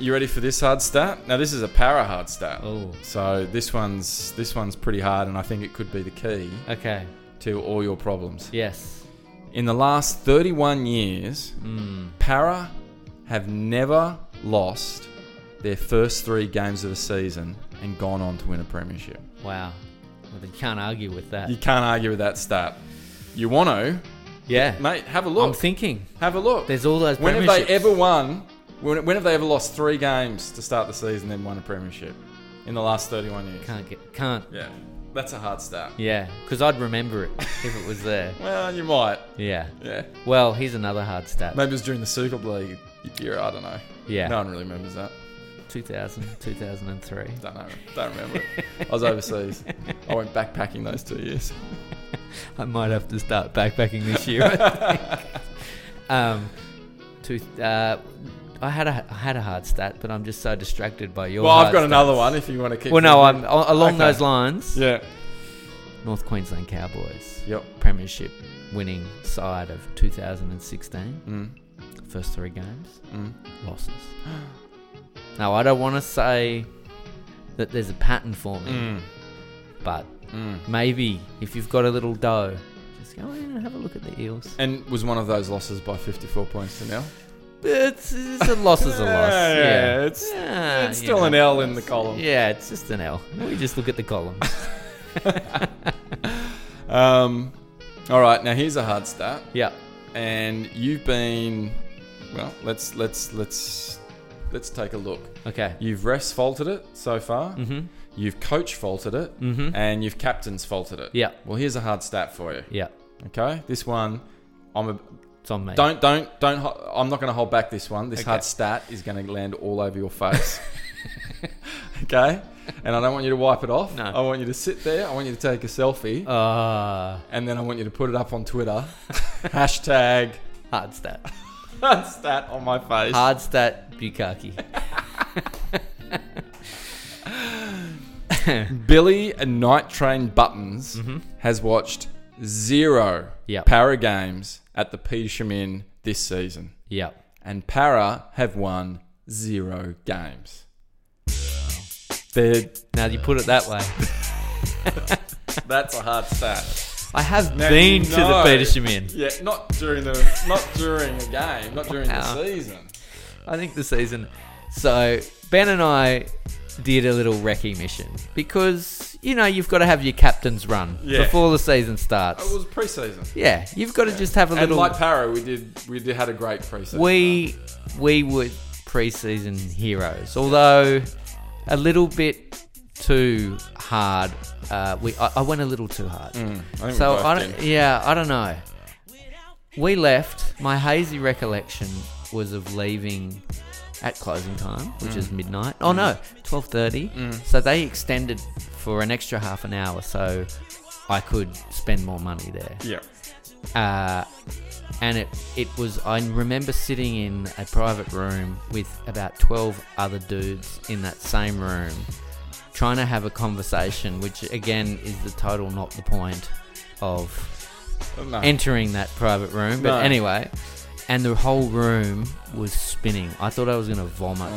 S4: you ready for this hard stat? Now this is a para hard stat.
S5: Ooh.
S4: So this one's this one's pretty hard, and I think it could be the key
S5: okay.
S4: to all your problems.
S5: Yes.
S4: In the last 31 years,
S5: Hmm.
S4: para have never lost their first three games of a season and gone on to win a premiership.
S5: Wow. Well, then you can't argue with that.
S4: You can't argue with that stat. You want to,
S5: yeah.
S4: mate? Have a look.
S5: I'm thinking.
S4: Have a look.
S5: There's all those
S4: When have they
S5: premierships.
S4: ever won? When, when have they ever lost three games to start the season then won a premiership in the last 31 years?
S5: Can't get. Can't.
S4: Yeah, that's a hard start.
S5: Yeah. Because I'd remember it if it was there.
S4: Well, you might.
S5: Yeah.
S4: Yeah,
S5: Well, here's another hard stat.
S4: maybe it was during the Super League year. I don't know.
S5: Yeah.
S4: no one really remembers that.
S5: 2000, 2003.
S4: Don't know. Don't remember it. I was overseas. I went backpacking those two years.
S5: I might have to start backpacking this year. I think. um, to, uh, I had a I had a hard stat, but I'm just so distracted by your.
S4: well, I've
S5: hard
S4: got
S5: stat.
S4: another one if you want to keep.
S5: Well, no, I'm
S4: thinking.
S5: a- along
S4: Okay.
S5: those lines.
S4: Yeah.
S5: North Queensland Cowboys
S4: Yep.
S5: premiership winning side of 2016.
S4: Mm.
S5: First three games
S4: Mm.
S5: losses. now I don't want to say that there's a pattern for me,
S4: Mm.
S5: but
S4: Mm.
S5: maybe if you've got a little dough, just go in and have a look at the eels.
S4: And was one of those losses by 54 points to nil.
S5: It's, it's a loss is a loss.
S4: Yeah,
S5: yeah,
S4: yeah, it's-
S5: Yeah,
S4: it's
S5: you
S4: still
S5: know.
S4: an L in the column.
S5: Yeah, it's just an L. We just look at the columns.
S4: Um, all right, now here's a hard start,
S5: yeah.
S4: and you've been well. Let's let's let's let's take a look.
S5: Okay.
S4: You've rest faulted it so far. Mm-hmm. You've coach faulted it,
S5: Mhm.
S4: and you've captain's faulted it.
S5: Yeah.
S4: Well, here's a hard stat for you.
S5: Yeah.
S4: Okay, this one, I'm a
S5: It's on me.
S4: don't don't don't. ho- I'm not going to hold back this one. This
S5: Okay.
S4: hard stat is going to land all over your face. okay, and I don't want you to wipe it off.
S5: No.
S4: I want you to sit there. I want you to take a selfie.
S5: Ah,
S4: and then I want you to put it up on Twitter. Hashtag
S5: hard stat.
S4: that's that on my face.
S5: Hard stat Bukaki.
S4: Billy and Night Train Buttons has watched zero
S5: Mm-hmm. Yep.
S4: para games at the Petersham Inn this season,
S5: yep.
S4: and para have won zero games. They're,
S5: Now that you put it that way.
S4: that's a hard stat.
S5: I have
S4: Now
S5: been
S4: you
S5: to
S4: know-
S5: the Petersham Inn.
S4: Yeah, not during the not during a game, not during
S5: Wow.
S4: the season.
S5: I think the season. So Ben and I did a little recce mission because you know you've got to have your captain's run
S4: Yeah.
S5: before the season starts.
S4: It was preseason.
S5: Yeah, you've got to just have a
S4: And
S5: little.
S4: like Para, we did we did had a great preseason.
S5: we we were preseason heroes, although a little bit too hard. Uh, we I, I went a little too hard.
S4: Mm. think we
S5: so
S4: both
S5: I don't,
S4: did.
S5: yeah, I don't know. We left. My hazy recollection was of leaving at closing time, which is
S4: Mm.
S5: midnight. Oh no, twelve thirty. So they extended for an extra half an hour, so I could spend more money there
S4: yeah.
S5: uh, and it it was I remember sitting in a private room with about twelve other dudes in that same room, trying to have a conversation, which again is the total not the point of
S4: No.
S5: entering that private room. But
S4: No.
S5: anyway, and the whole room was spinning. I thought I was going to vomit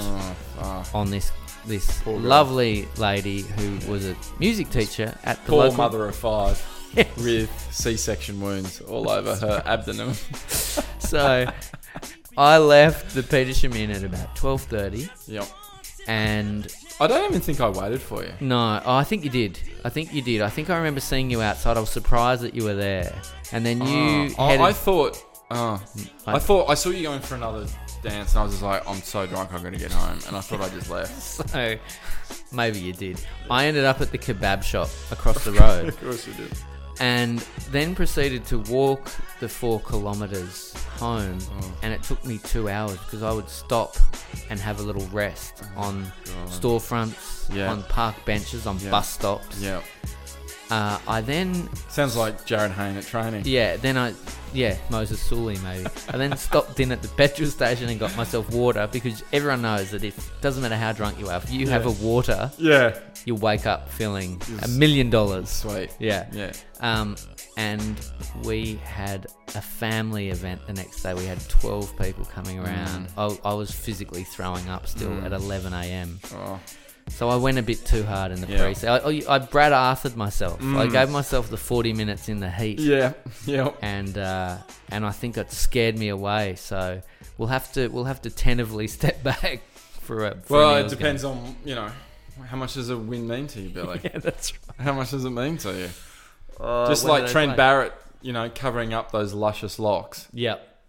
S5: on this this
S4: Oh. Poor girl.
S5: lovely lady who was a music teacher at the
S4: Poor
S5: local-
S4: mother of five
S5: Yes.
S4: with C-section wounds all over her abdomen.
S5: So I left the Petersham Inn at about twelve thirty,
S4: Yep.
S5: and
S4: I don't even think I waited for you.
S5: no, oh, I think you did. I think you did. I think I remember seeing you outside. I was surprised that you were there, and then you
S4: Oh,
S5: headed.
S4: I thought. Oh, I thought I saw you going for another dance, and I was just like, I'm so drunk, I'm gonna get home, and I thought I just left.
S5: so maybe you did. I ended up at the kebab shop across the road.
S4: course you did.
S5: and then proceeded to walk the four kilometers home
S4: Oh.
S5: and it took me two hours because i would stop and have a little rest on storefronts
S4: Oh, Yeah.
S5: on park benches on bus stops
S4: Yeah.
S5: uh, i then
S4: Sounds like Jared Hayne at training.
S5: yeah then i yeah moses Sully maybe i then stopped in at the petrol station and got myself water because everyone knows that if doesn't matter how drunk you are if you have a water
S4: Yeah.
S5: you wake up feeling a
S4: Yes.
S5: million dollars
S4: Sweet.
S5: yeah
S4: Yeah.
S5: um, and we had a family event the next day. We had 12 people coming
S4: Mm.
S5: around. I, I was physically throwing up still at 11 a.m.
S4: Oh.
S5: So I went a bit too hard in the
S4: Yeah. Mm.
S5: pre. I, I, I Brad Arthur'd myself. I gave myself the 40 minutes in the heat.
S4: Yeah. Yeah.
S5: And uh, and I think it scared me away. So we'll have to we'll have to tentatively step back for a. For
S4: Well,
S5: an
S4: it
S5: Eels game.
S4: depends on you know how much does a win mean to you, Billy.
S5: Yeah, that's right.
S4: How much does it mean to you?
S5: Uh,
S4: Just
S5: when do
S4: like
S5: they
S4: Trent
S5: play?
S4: Barrett, you know, covering up those luscious locks.
S5: Yep.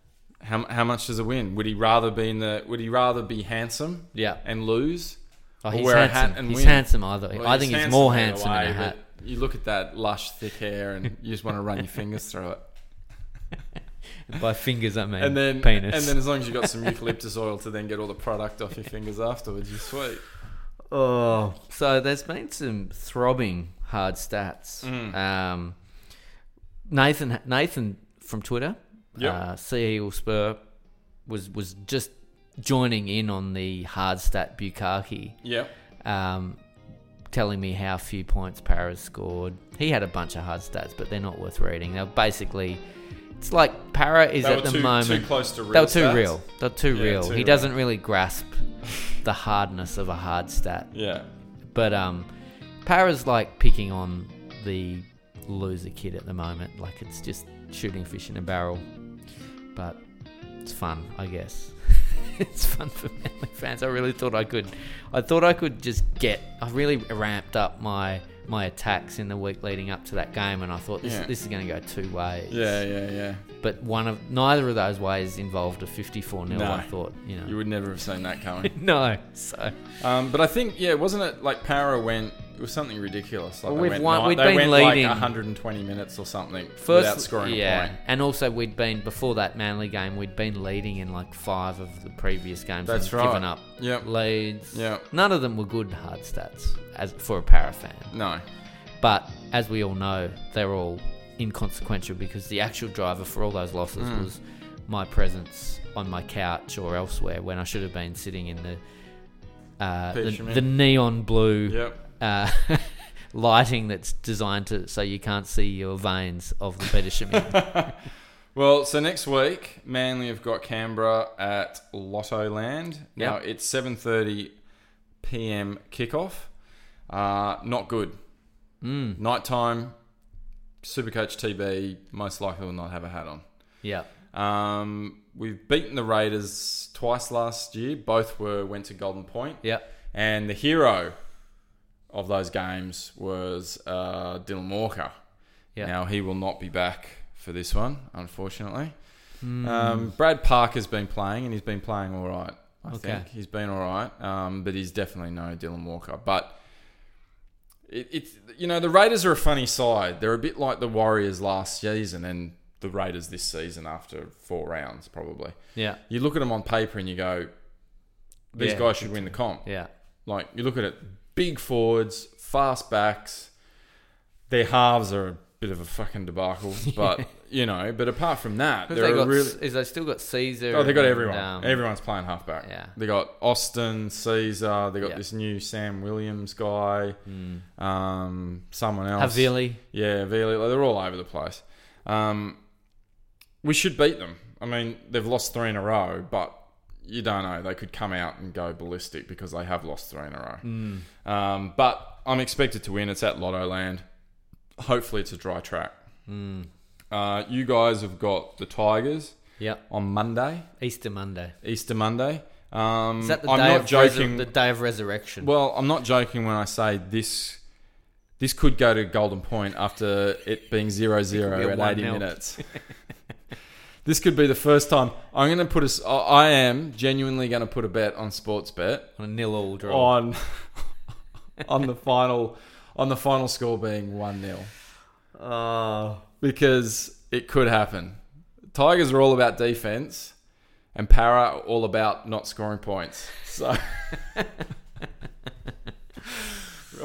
S4: How, how much does it win? Would he rather be in the? Would he rather be handsome?
S5: Yeah.
S4: And lose.
S5: Oh,
S4: Or
S5: he's
S4: wear a
S5: handsome.
S4: hat and
S5: he's
S4: win.
S5: handsome either.
S4: Well,
S5: I think he's
S4: handsome
S5: more
S4: either
S5: handsome in
S4: way,
S5: a hat.
S4: but You look at that lush, thick hair, and you just want to run your fingers through it.
S5: By fingers, I mean
S4: And then,
S5: penis.
S4: and then as long as you got some eucalyptus oil to then get all the product off your fingers afterwards, you're sweet.
S5: oh, so there's been some throbbing hard stats.
S4: Mm.
S5: Um, Nathan, Nathan from Twitter,
S4: Yep.
S5: uh, Sea Eagle Spur, was was just joining in on the hard stat Bukaki,
S4: Yep.
S5: um, telling me how few points Paris scored. He had a bunch of hard stats, but they're not worth reading. They're basically. It's like Para is
S4: They
S5: at
S4: were
S5: the
S4: too,
S5: moment
S4: too close to real.
S5: They were too
S4: stats.
S5: real. They're too
S4: Yeah,
S5: real.
S4: too
S5: he
S4: real.
S5: doesn't really grasp the hardness of a hard stat.
S4: Yeah.
S5: But um, Para's like picking on the loser kid at the moment. Like it's just shooting fish in a barrel. But it's fun, I guess. it's fun for Manly fans. I really thought I could. I thought I could just get. I really ramped up my my attacks in the week leading up to that game, and I thought this
S4: Yeah.
S5: this is going to go two ways
S4: Yeah, yeah, yeah.
S5: but one of neither of those ways involved a 54 0
S4: No.
S5: I thought you know
S4: You would never have seen that coming.
S5: no so
S4: Um, but I think, yeah, wasn't it like Para went? It was something ridiculous. Like
S5: Well,
S4: they
S5: we've
S4: went,
S5: won-
S4: ni-
S5: we'd
S4: they went
S5: been leading.
S4: like 120 minutes or something
S5: first
S4: without scoring
S5: yeah
S4: a point.
S5: and also we'd been before that Manly game we'd been leading in like five of the previous games
S4: That's
S5: and
S4: right.
S5: given up
S4: Yep.
S5: leads
S4: Yep.
S5: none of them were good hard stats as for a para fan
S4: No.
S5: but as we all know they're all inconsequential because the actual driver for all those losses
S4: Hmm.
S5: was my presence on my couch or elsewhere when I should have been sitting in the uh, the,
S4: Petersham Inn.
S5: the neon blue
S4: Yep.
S5: uh, lighting that's designed to so you can't see your veins of the Petersham. Inn.
S4: Well, so next week, Manly have got Canberra at Lotto Land. Now
S5: Yep.
S4: it's 7:30 p.m. kickoff. Uh, not good. Mm. Nighttime. Supercoach TB most likely will not have a hat on.
S5: yeah,
S4: Um, we've beaten the Raiders twice last year. Both were went to Golden Point.
S5: yeah,
S4: And the hero of those games was uh, Dylan Walker.
S5: Yeah.
S4: Now he will not be back for this one, unfortunately.
S5: Hmm.
S4: Um, Brad Parker's been playing, and he's been playing all right. I
S5: Okay.
S4: think he's been all right, um, but he's definitely no Dylan Walker. But it, it's you know the Raiders are a funny side. They're a bit like the Warriors last season and the Raiders this season after four rounds probably.
S5: yeah,
S4: You look at them on paper and you go, these
S5: Yeah,
S4: guys should win the comp.
S5: yeah,
S4: Like you look at it, big forwards, fast backs. Their halves are a bit of a fucking debacle, but you know. But apart from that,
S5: Who've
S4: they're
S5: they
S4: a
S5: got,
S4: really.
S5: Is they still got Caesar?
S4: Oh, they got
S5: and,
S4: everyone.
S5: um,
S4: Everyone's playing halfback.
S5: Yeah.
S4: They got Austin, Caesar. They got
S5: Yeah. Hmm.
S4: this new Sam Williams guy. Um, someone else.
S5: Havili.
S4: Yeah, Vili. Like, they're all over the place. Um, we should beat them. I mean, they've lost three in a row, but you don't know. They could come out and go ballistic because they have lost three in a row. Um, but I'm expected to win. It's at Lotto Land. Hopefully, it's a dry track. Uh, you guys have got the Tigers
S5: Yep.
S4: on Monday,
S5: Easter Monday.
S4: Easter Monday. Um,
S5: Is that the
S4: I'm
S5: day
S4: not
S5: of resu-
S4: joking.
S5: the day of resurrection?
S4: Well, I'm not joking when I say this. This could go to Golden Point after it being 0
S5: It could
S4: 0
S5: be a
S4: at
S5: one
S4: 80
S5: nil.
S4: minutes. this could be the first time. I'm going to put a. s- I I am genuinely going to put a bet on sports bet
S5: on a nil all draw.
S4: on on the final on the final score being 1 0 Ah. because it could happen. Tigers are all about defense and Para are all about not scoring points. So I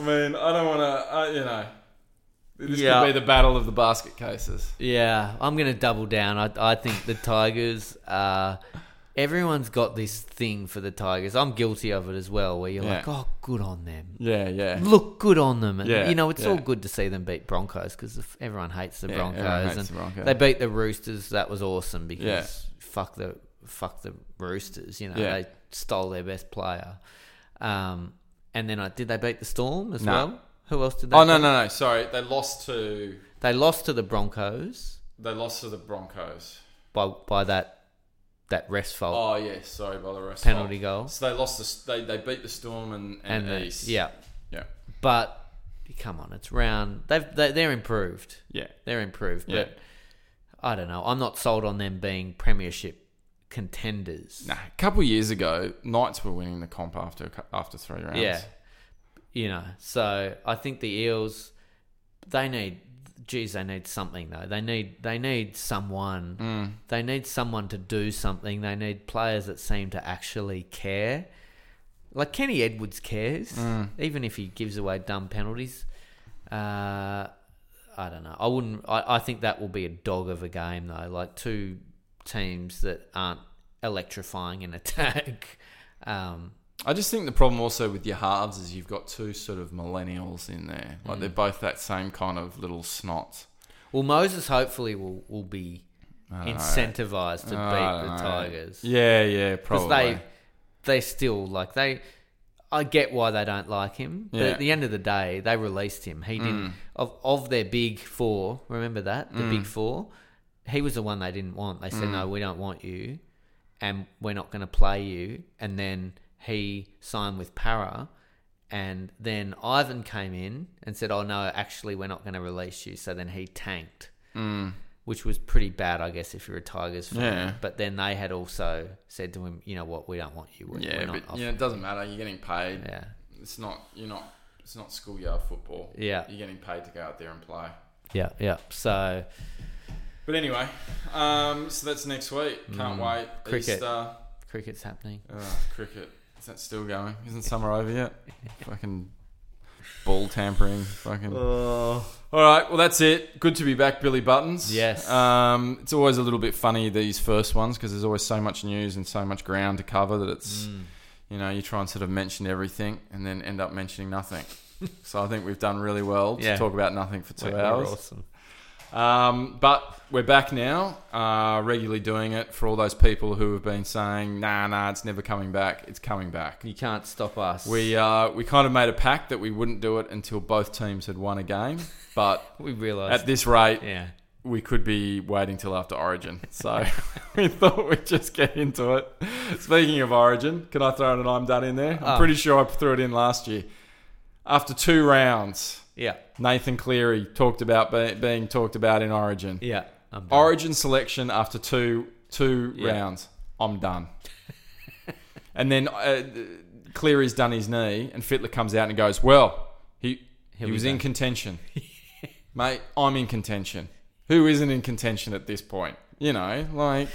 S4: mean, I don't want to uh, you know this
S5: Yeah.
S4: could be the battle of the basket cases.
S5: Yeah, I'm going to double down. I, I think the Tigers are. Everyone's got this thing for the Tigers. I'm guilty of it as well, where you're
S4: Yeah.
S5: like, oh, good on them.
S4: Yeah, yeah.
S5: Look good on them. And,
S4: Yeah,
S5: you know, it's
S4: yeah.
S5: all good to see them beat Broncos because everyone hates the
S4: Yeah,
S5: Broncos.
S4: everyone hates
S5: and
S4: the Broncos.
S5: They beat the Roosters. That was awesome because
S4: Yeah.
S5: fuck the fuck the Roosters. You know,
S4: Yeah.
S5: they stole their best player. Um, and then I, did they beat the Storm as
S4: No.
S5: well? Who else did they
S4: Oh no,
S5: beat?
S4: no, no. Sorry. They lost to
S5: They lost to the Broncos.
S4: they lost to the Broncos.
S5: by by that that rest fault
S4: Oh yes, sorry by the rest.
S5: Penalty goal.
S4: So they lost the they, they beat the Storm and and,
S5: and the,
S4: East.
S5: yeah.
S4: yeah,
S5: But come on, it's round. They've they, they're improved.
S4: yeah,
S5: They're improved. But
S4: yeah.
S5: I don't know. I'm not sold on them being premiership contenders.
S4: Nah, a couple of years ago, Knights were winning the comp after a cou- after three rounds.
S5: Yeah. You know, so I think the Eels they need geez, they need something though. They need they need someone. They need someone to do something. They need players that seem to actually care. Like Kenny Edwards cares, even if he gives away dumb penalties. Uh, I don't know. I wouldn't. I, I think that will be a dog of a game though. Like two teams that aren't electrifying in attack. Um,
S4: I just think the problem also with your halves is you've got two sort of millennials in there.
S5: Mm.
S4: Like they're both that same kind of little snot.
S5: Well, Moses hopefully will, will be incentivized to
S4: I don't
S5: beat the
S4: know.
S5: Tigers
S4: Yeah, yeah, probably.
S5: because they they still like they. I get why they don't like him, but
S4: Yeah. Mm.
S5: at the end of the day, they released him. He didn't of of their big four. Remember that the big four. He was the one they didn't want. They said,
S4: Mm.
S5: "No, we don't want you, and we're not going to play you." And then he signed with Para, and then Ivan came in and said, "Oh no, actually, we're not going to release you." So then he tanked Mm. which was pretty bad, I guess, if you're a Tigers fan.
S4: Yeah.
S5: But then they had also said to him, you know what, we don't want you. We're,
S4: yeah,
S5: we're not
S4: but
S5: off.
S4: you know, it doesn't matter. You're getting paid.
S5: yeah,
S4: It's not. You're not. It's not schoolyard football.
S5: Yeah.
S4: You're getting paid to go out there and play.
S5: yeah, yeah. So
S4: But anyway, um, so that's next week. Can't wait.
S5: Mm. Cricket.
S4: Easter.
S5: cricket's happening.
S4: Oh, cricket. Is that still going? Isn't summer over yet? fucking ball tampering. Fucking.
S5: Oh.
S4: All right. Well, that's it. Good to be back, Billy Buttons.
S5: Yes.
S4: Um, it's always a little bit funny these first ones because there's always so much news and so much ground to cover that it's,
S5: Mm.
S4: you know, you try and sort of mention everything and then end up mentioning nothing. so I think we've done really well to
S5: Yeah.
S4: talk about nothing for 2
S5: We're- we're
S4: hours.
S5: awesome.
S4: Um, but we're back now, uh, regularly doing it for all those people who have been saying, "Nah, nah, it's never coming back. It's coming back."
S5: You can't stop us.
S4: We uh, we kind of made a pact that we wouldn't do it until both teams had won a game, but
S5: we realize.
S4: at this rate,
S5: yeah.
S4: we could be waiting till after Origin. So we thought we'd just get into it. Speaking of Origin, can I throw an I'm done in there? I'm
S5: Oh.
S4: pretty sure I threw it in last year. After two rounds,
S5: Yeah.
S4: Nathan Cleary talked about be- being talked about in Origin.
S5: Yeah. I'm done.
S4: Origin selection after two two
S5: Yeah.
S4: rounds. I'm done. and then uh, Cleary's done his knee, and Fitler comes out and goes, "Well, he
S5: He'll
S4: he
S5: be
S4: was in
S5: back."
S4: contention, mate. I'm in contention. Who isn't in contention at this point? You know, like,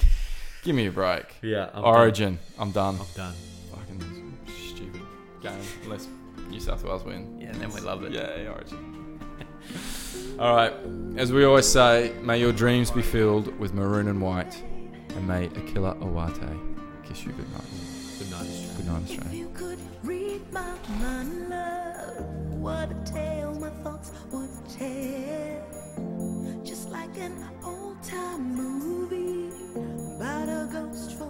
S4: give me a break.
S5: Yeah, I'm
S4: Origin. I'm done.
S5: done.
S4: Fucking stupid game. Unless New South Wales win.
S5: Yeah, then we love it.
S4: Yeah, Origin. All right. As we always say, may your dreams be filled with maroon and white, and may Akila Owate kiss you good night.
S5: Good night, Australia.
S4: Good night, Australia.
S8: If you could read my mind, love, what a tale my thoughts would tell. Just like an old time movie about ghost oh oh oh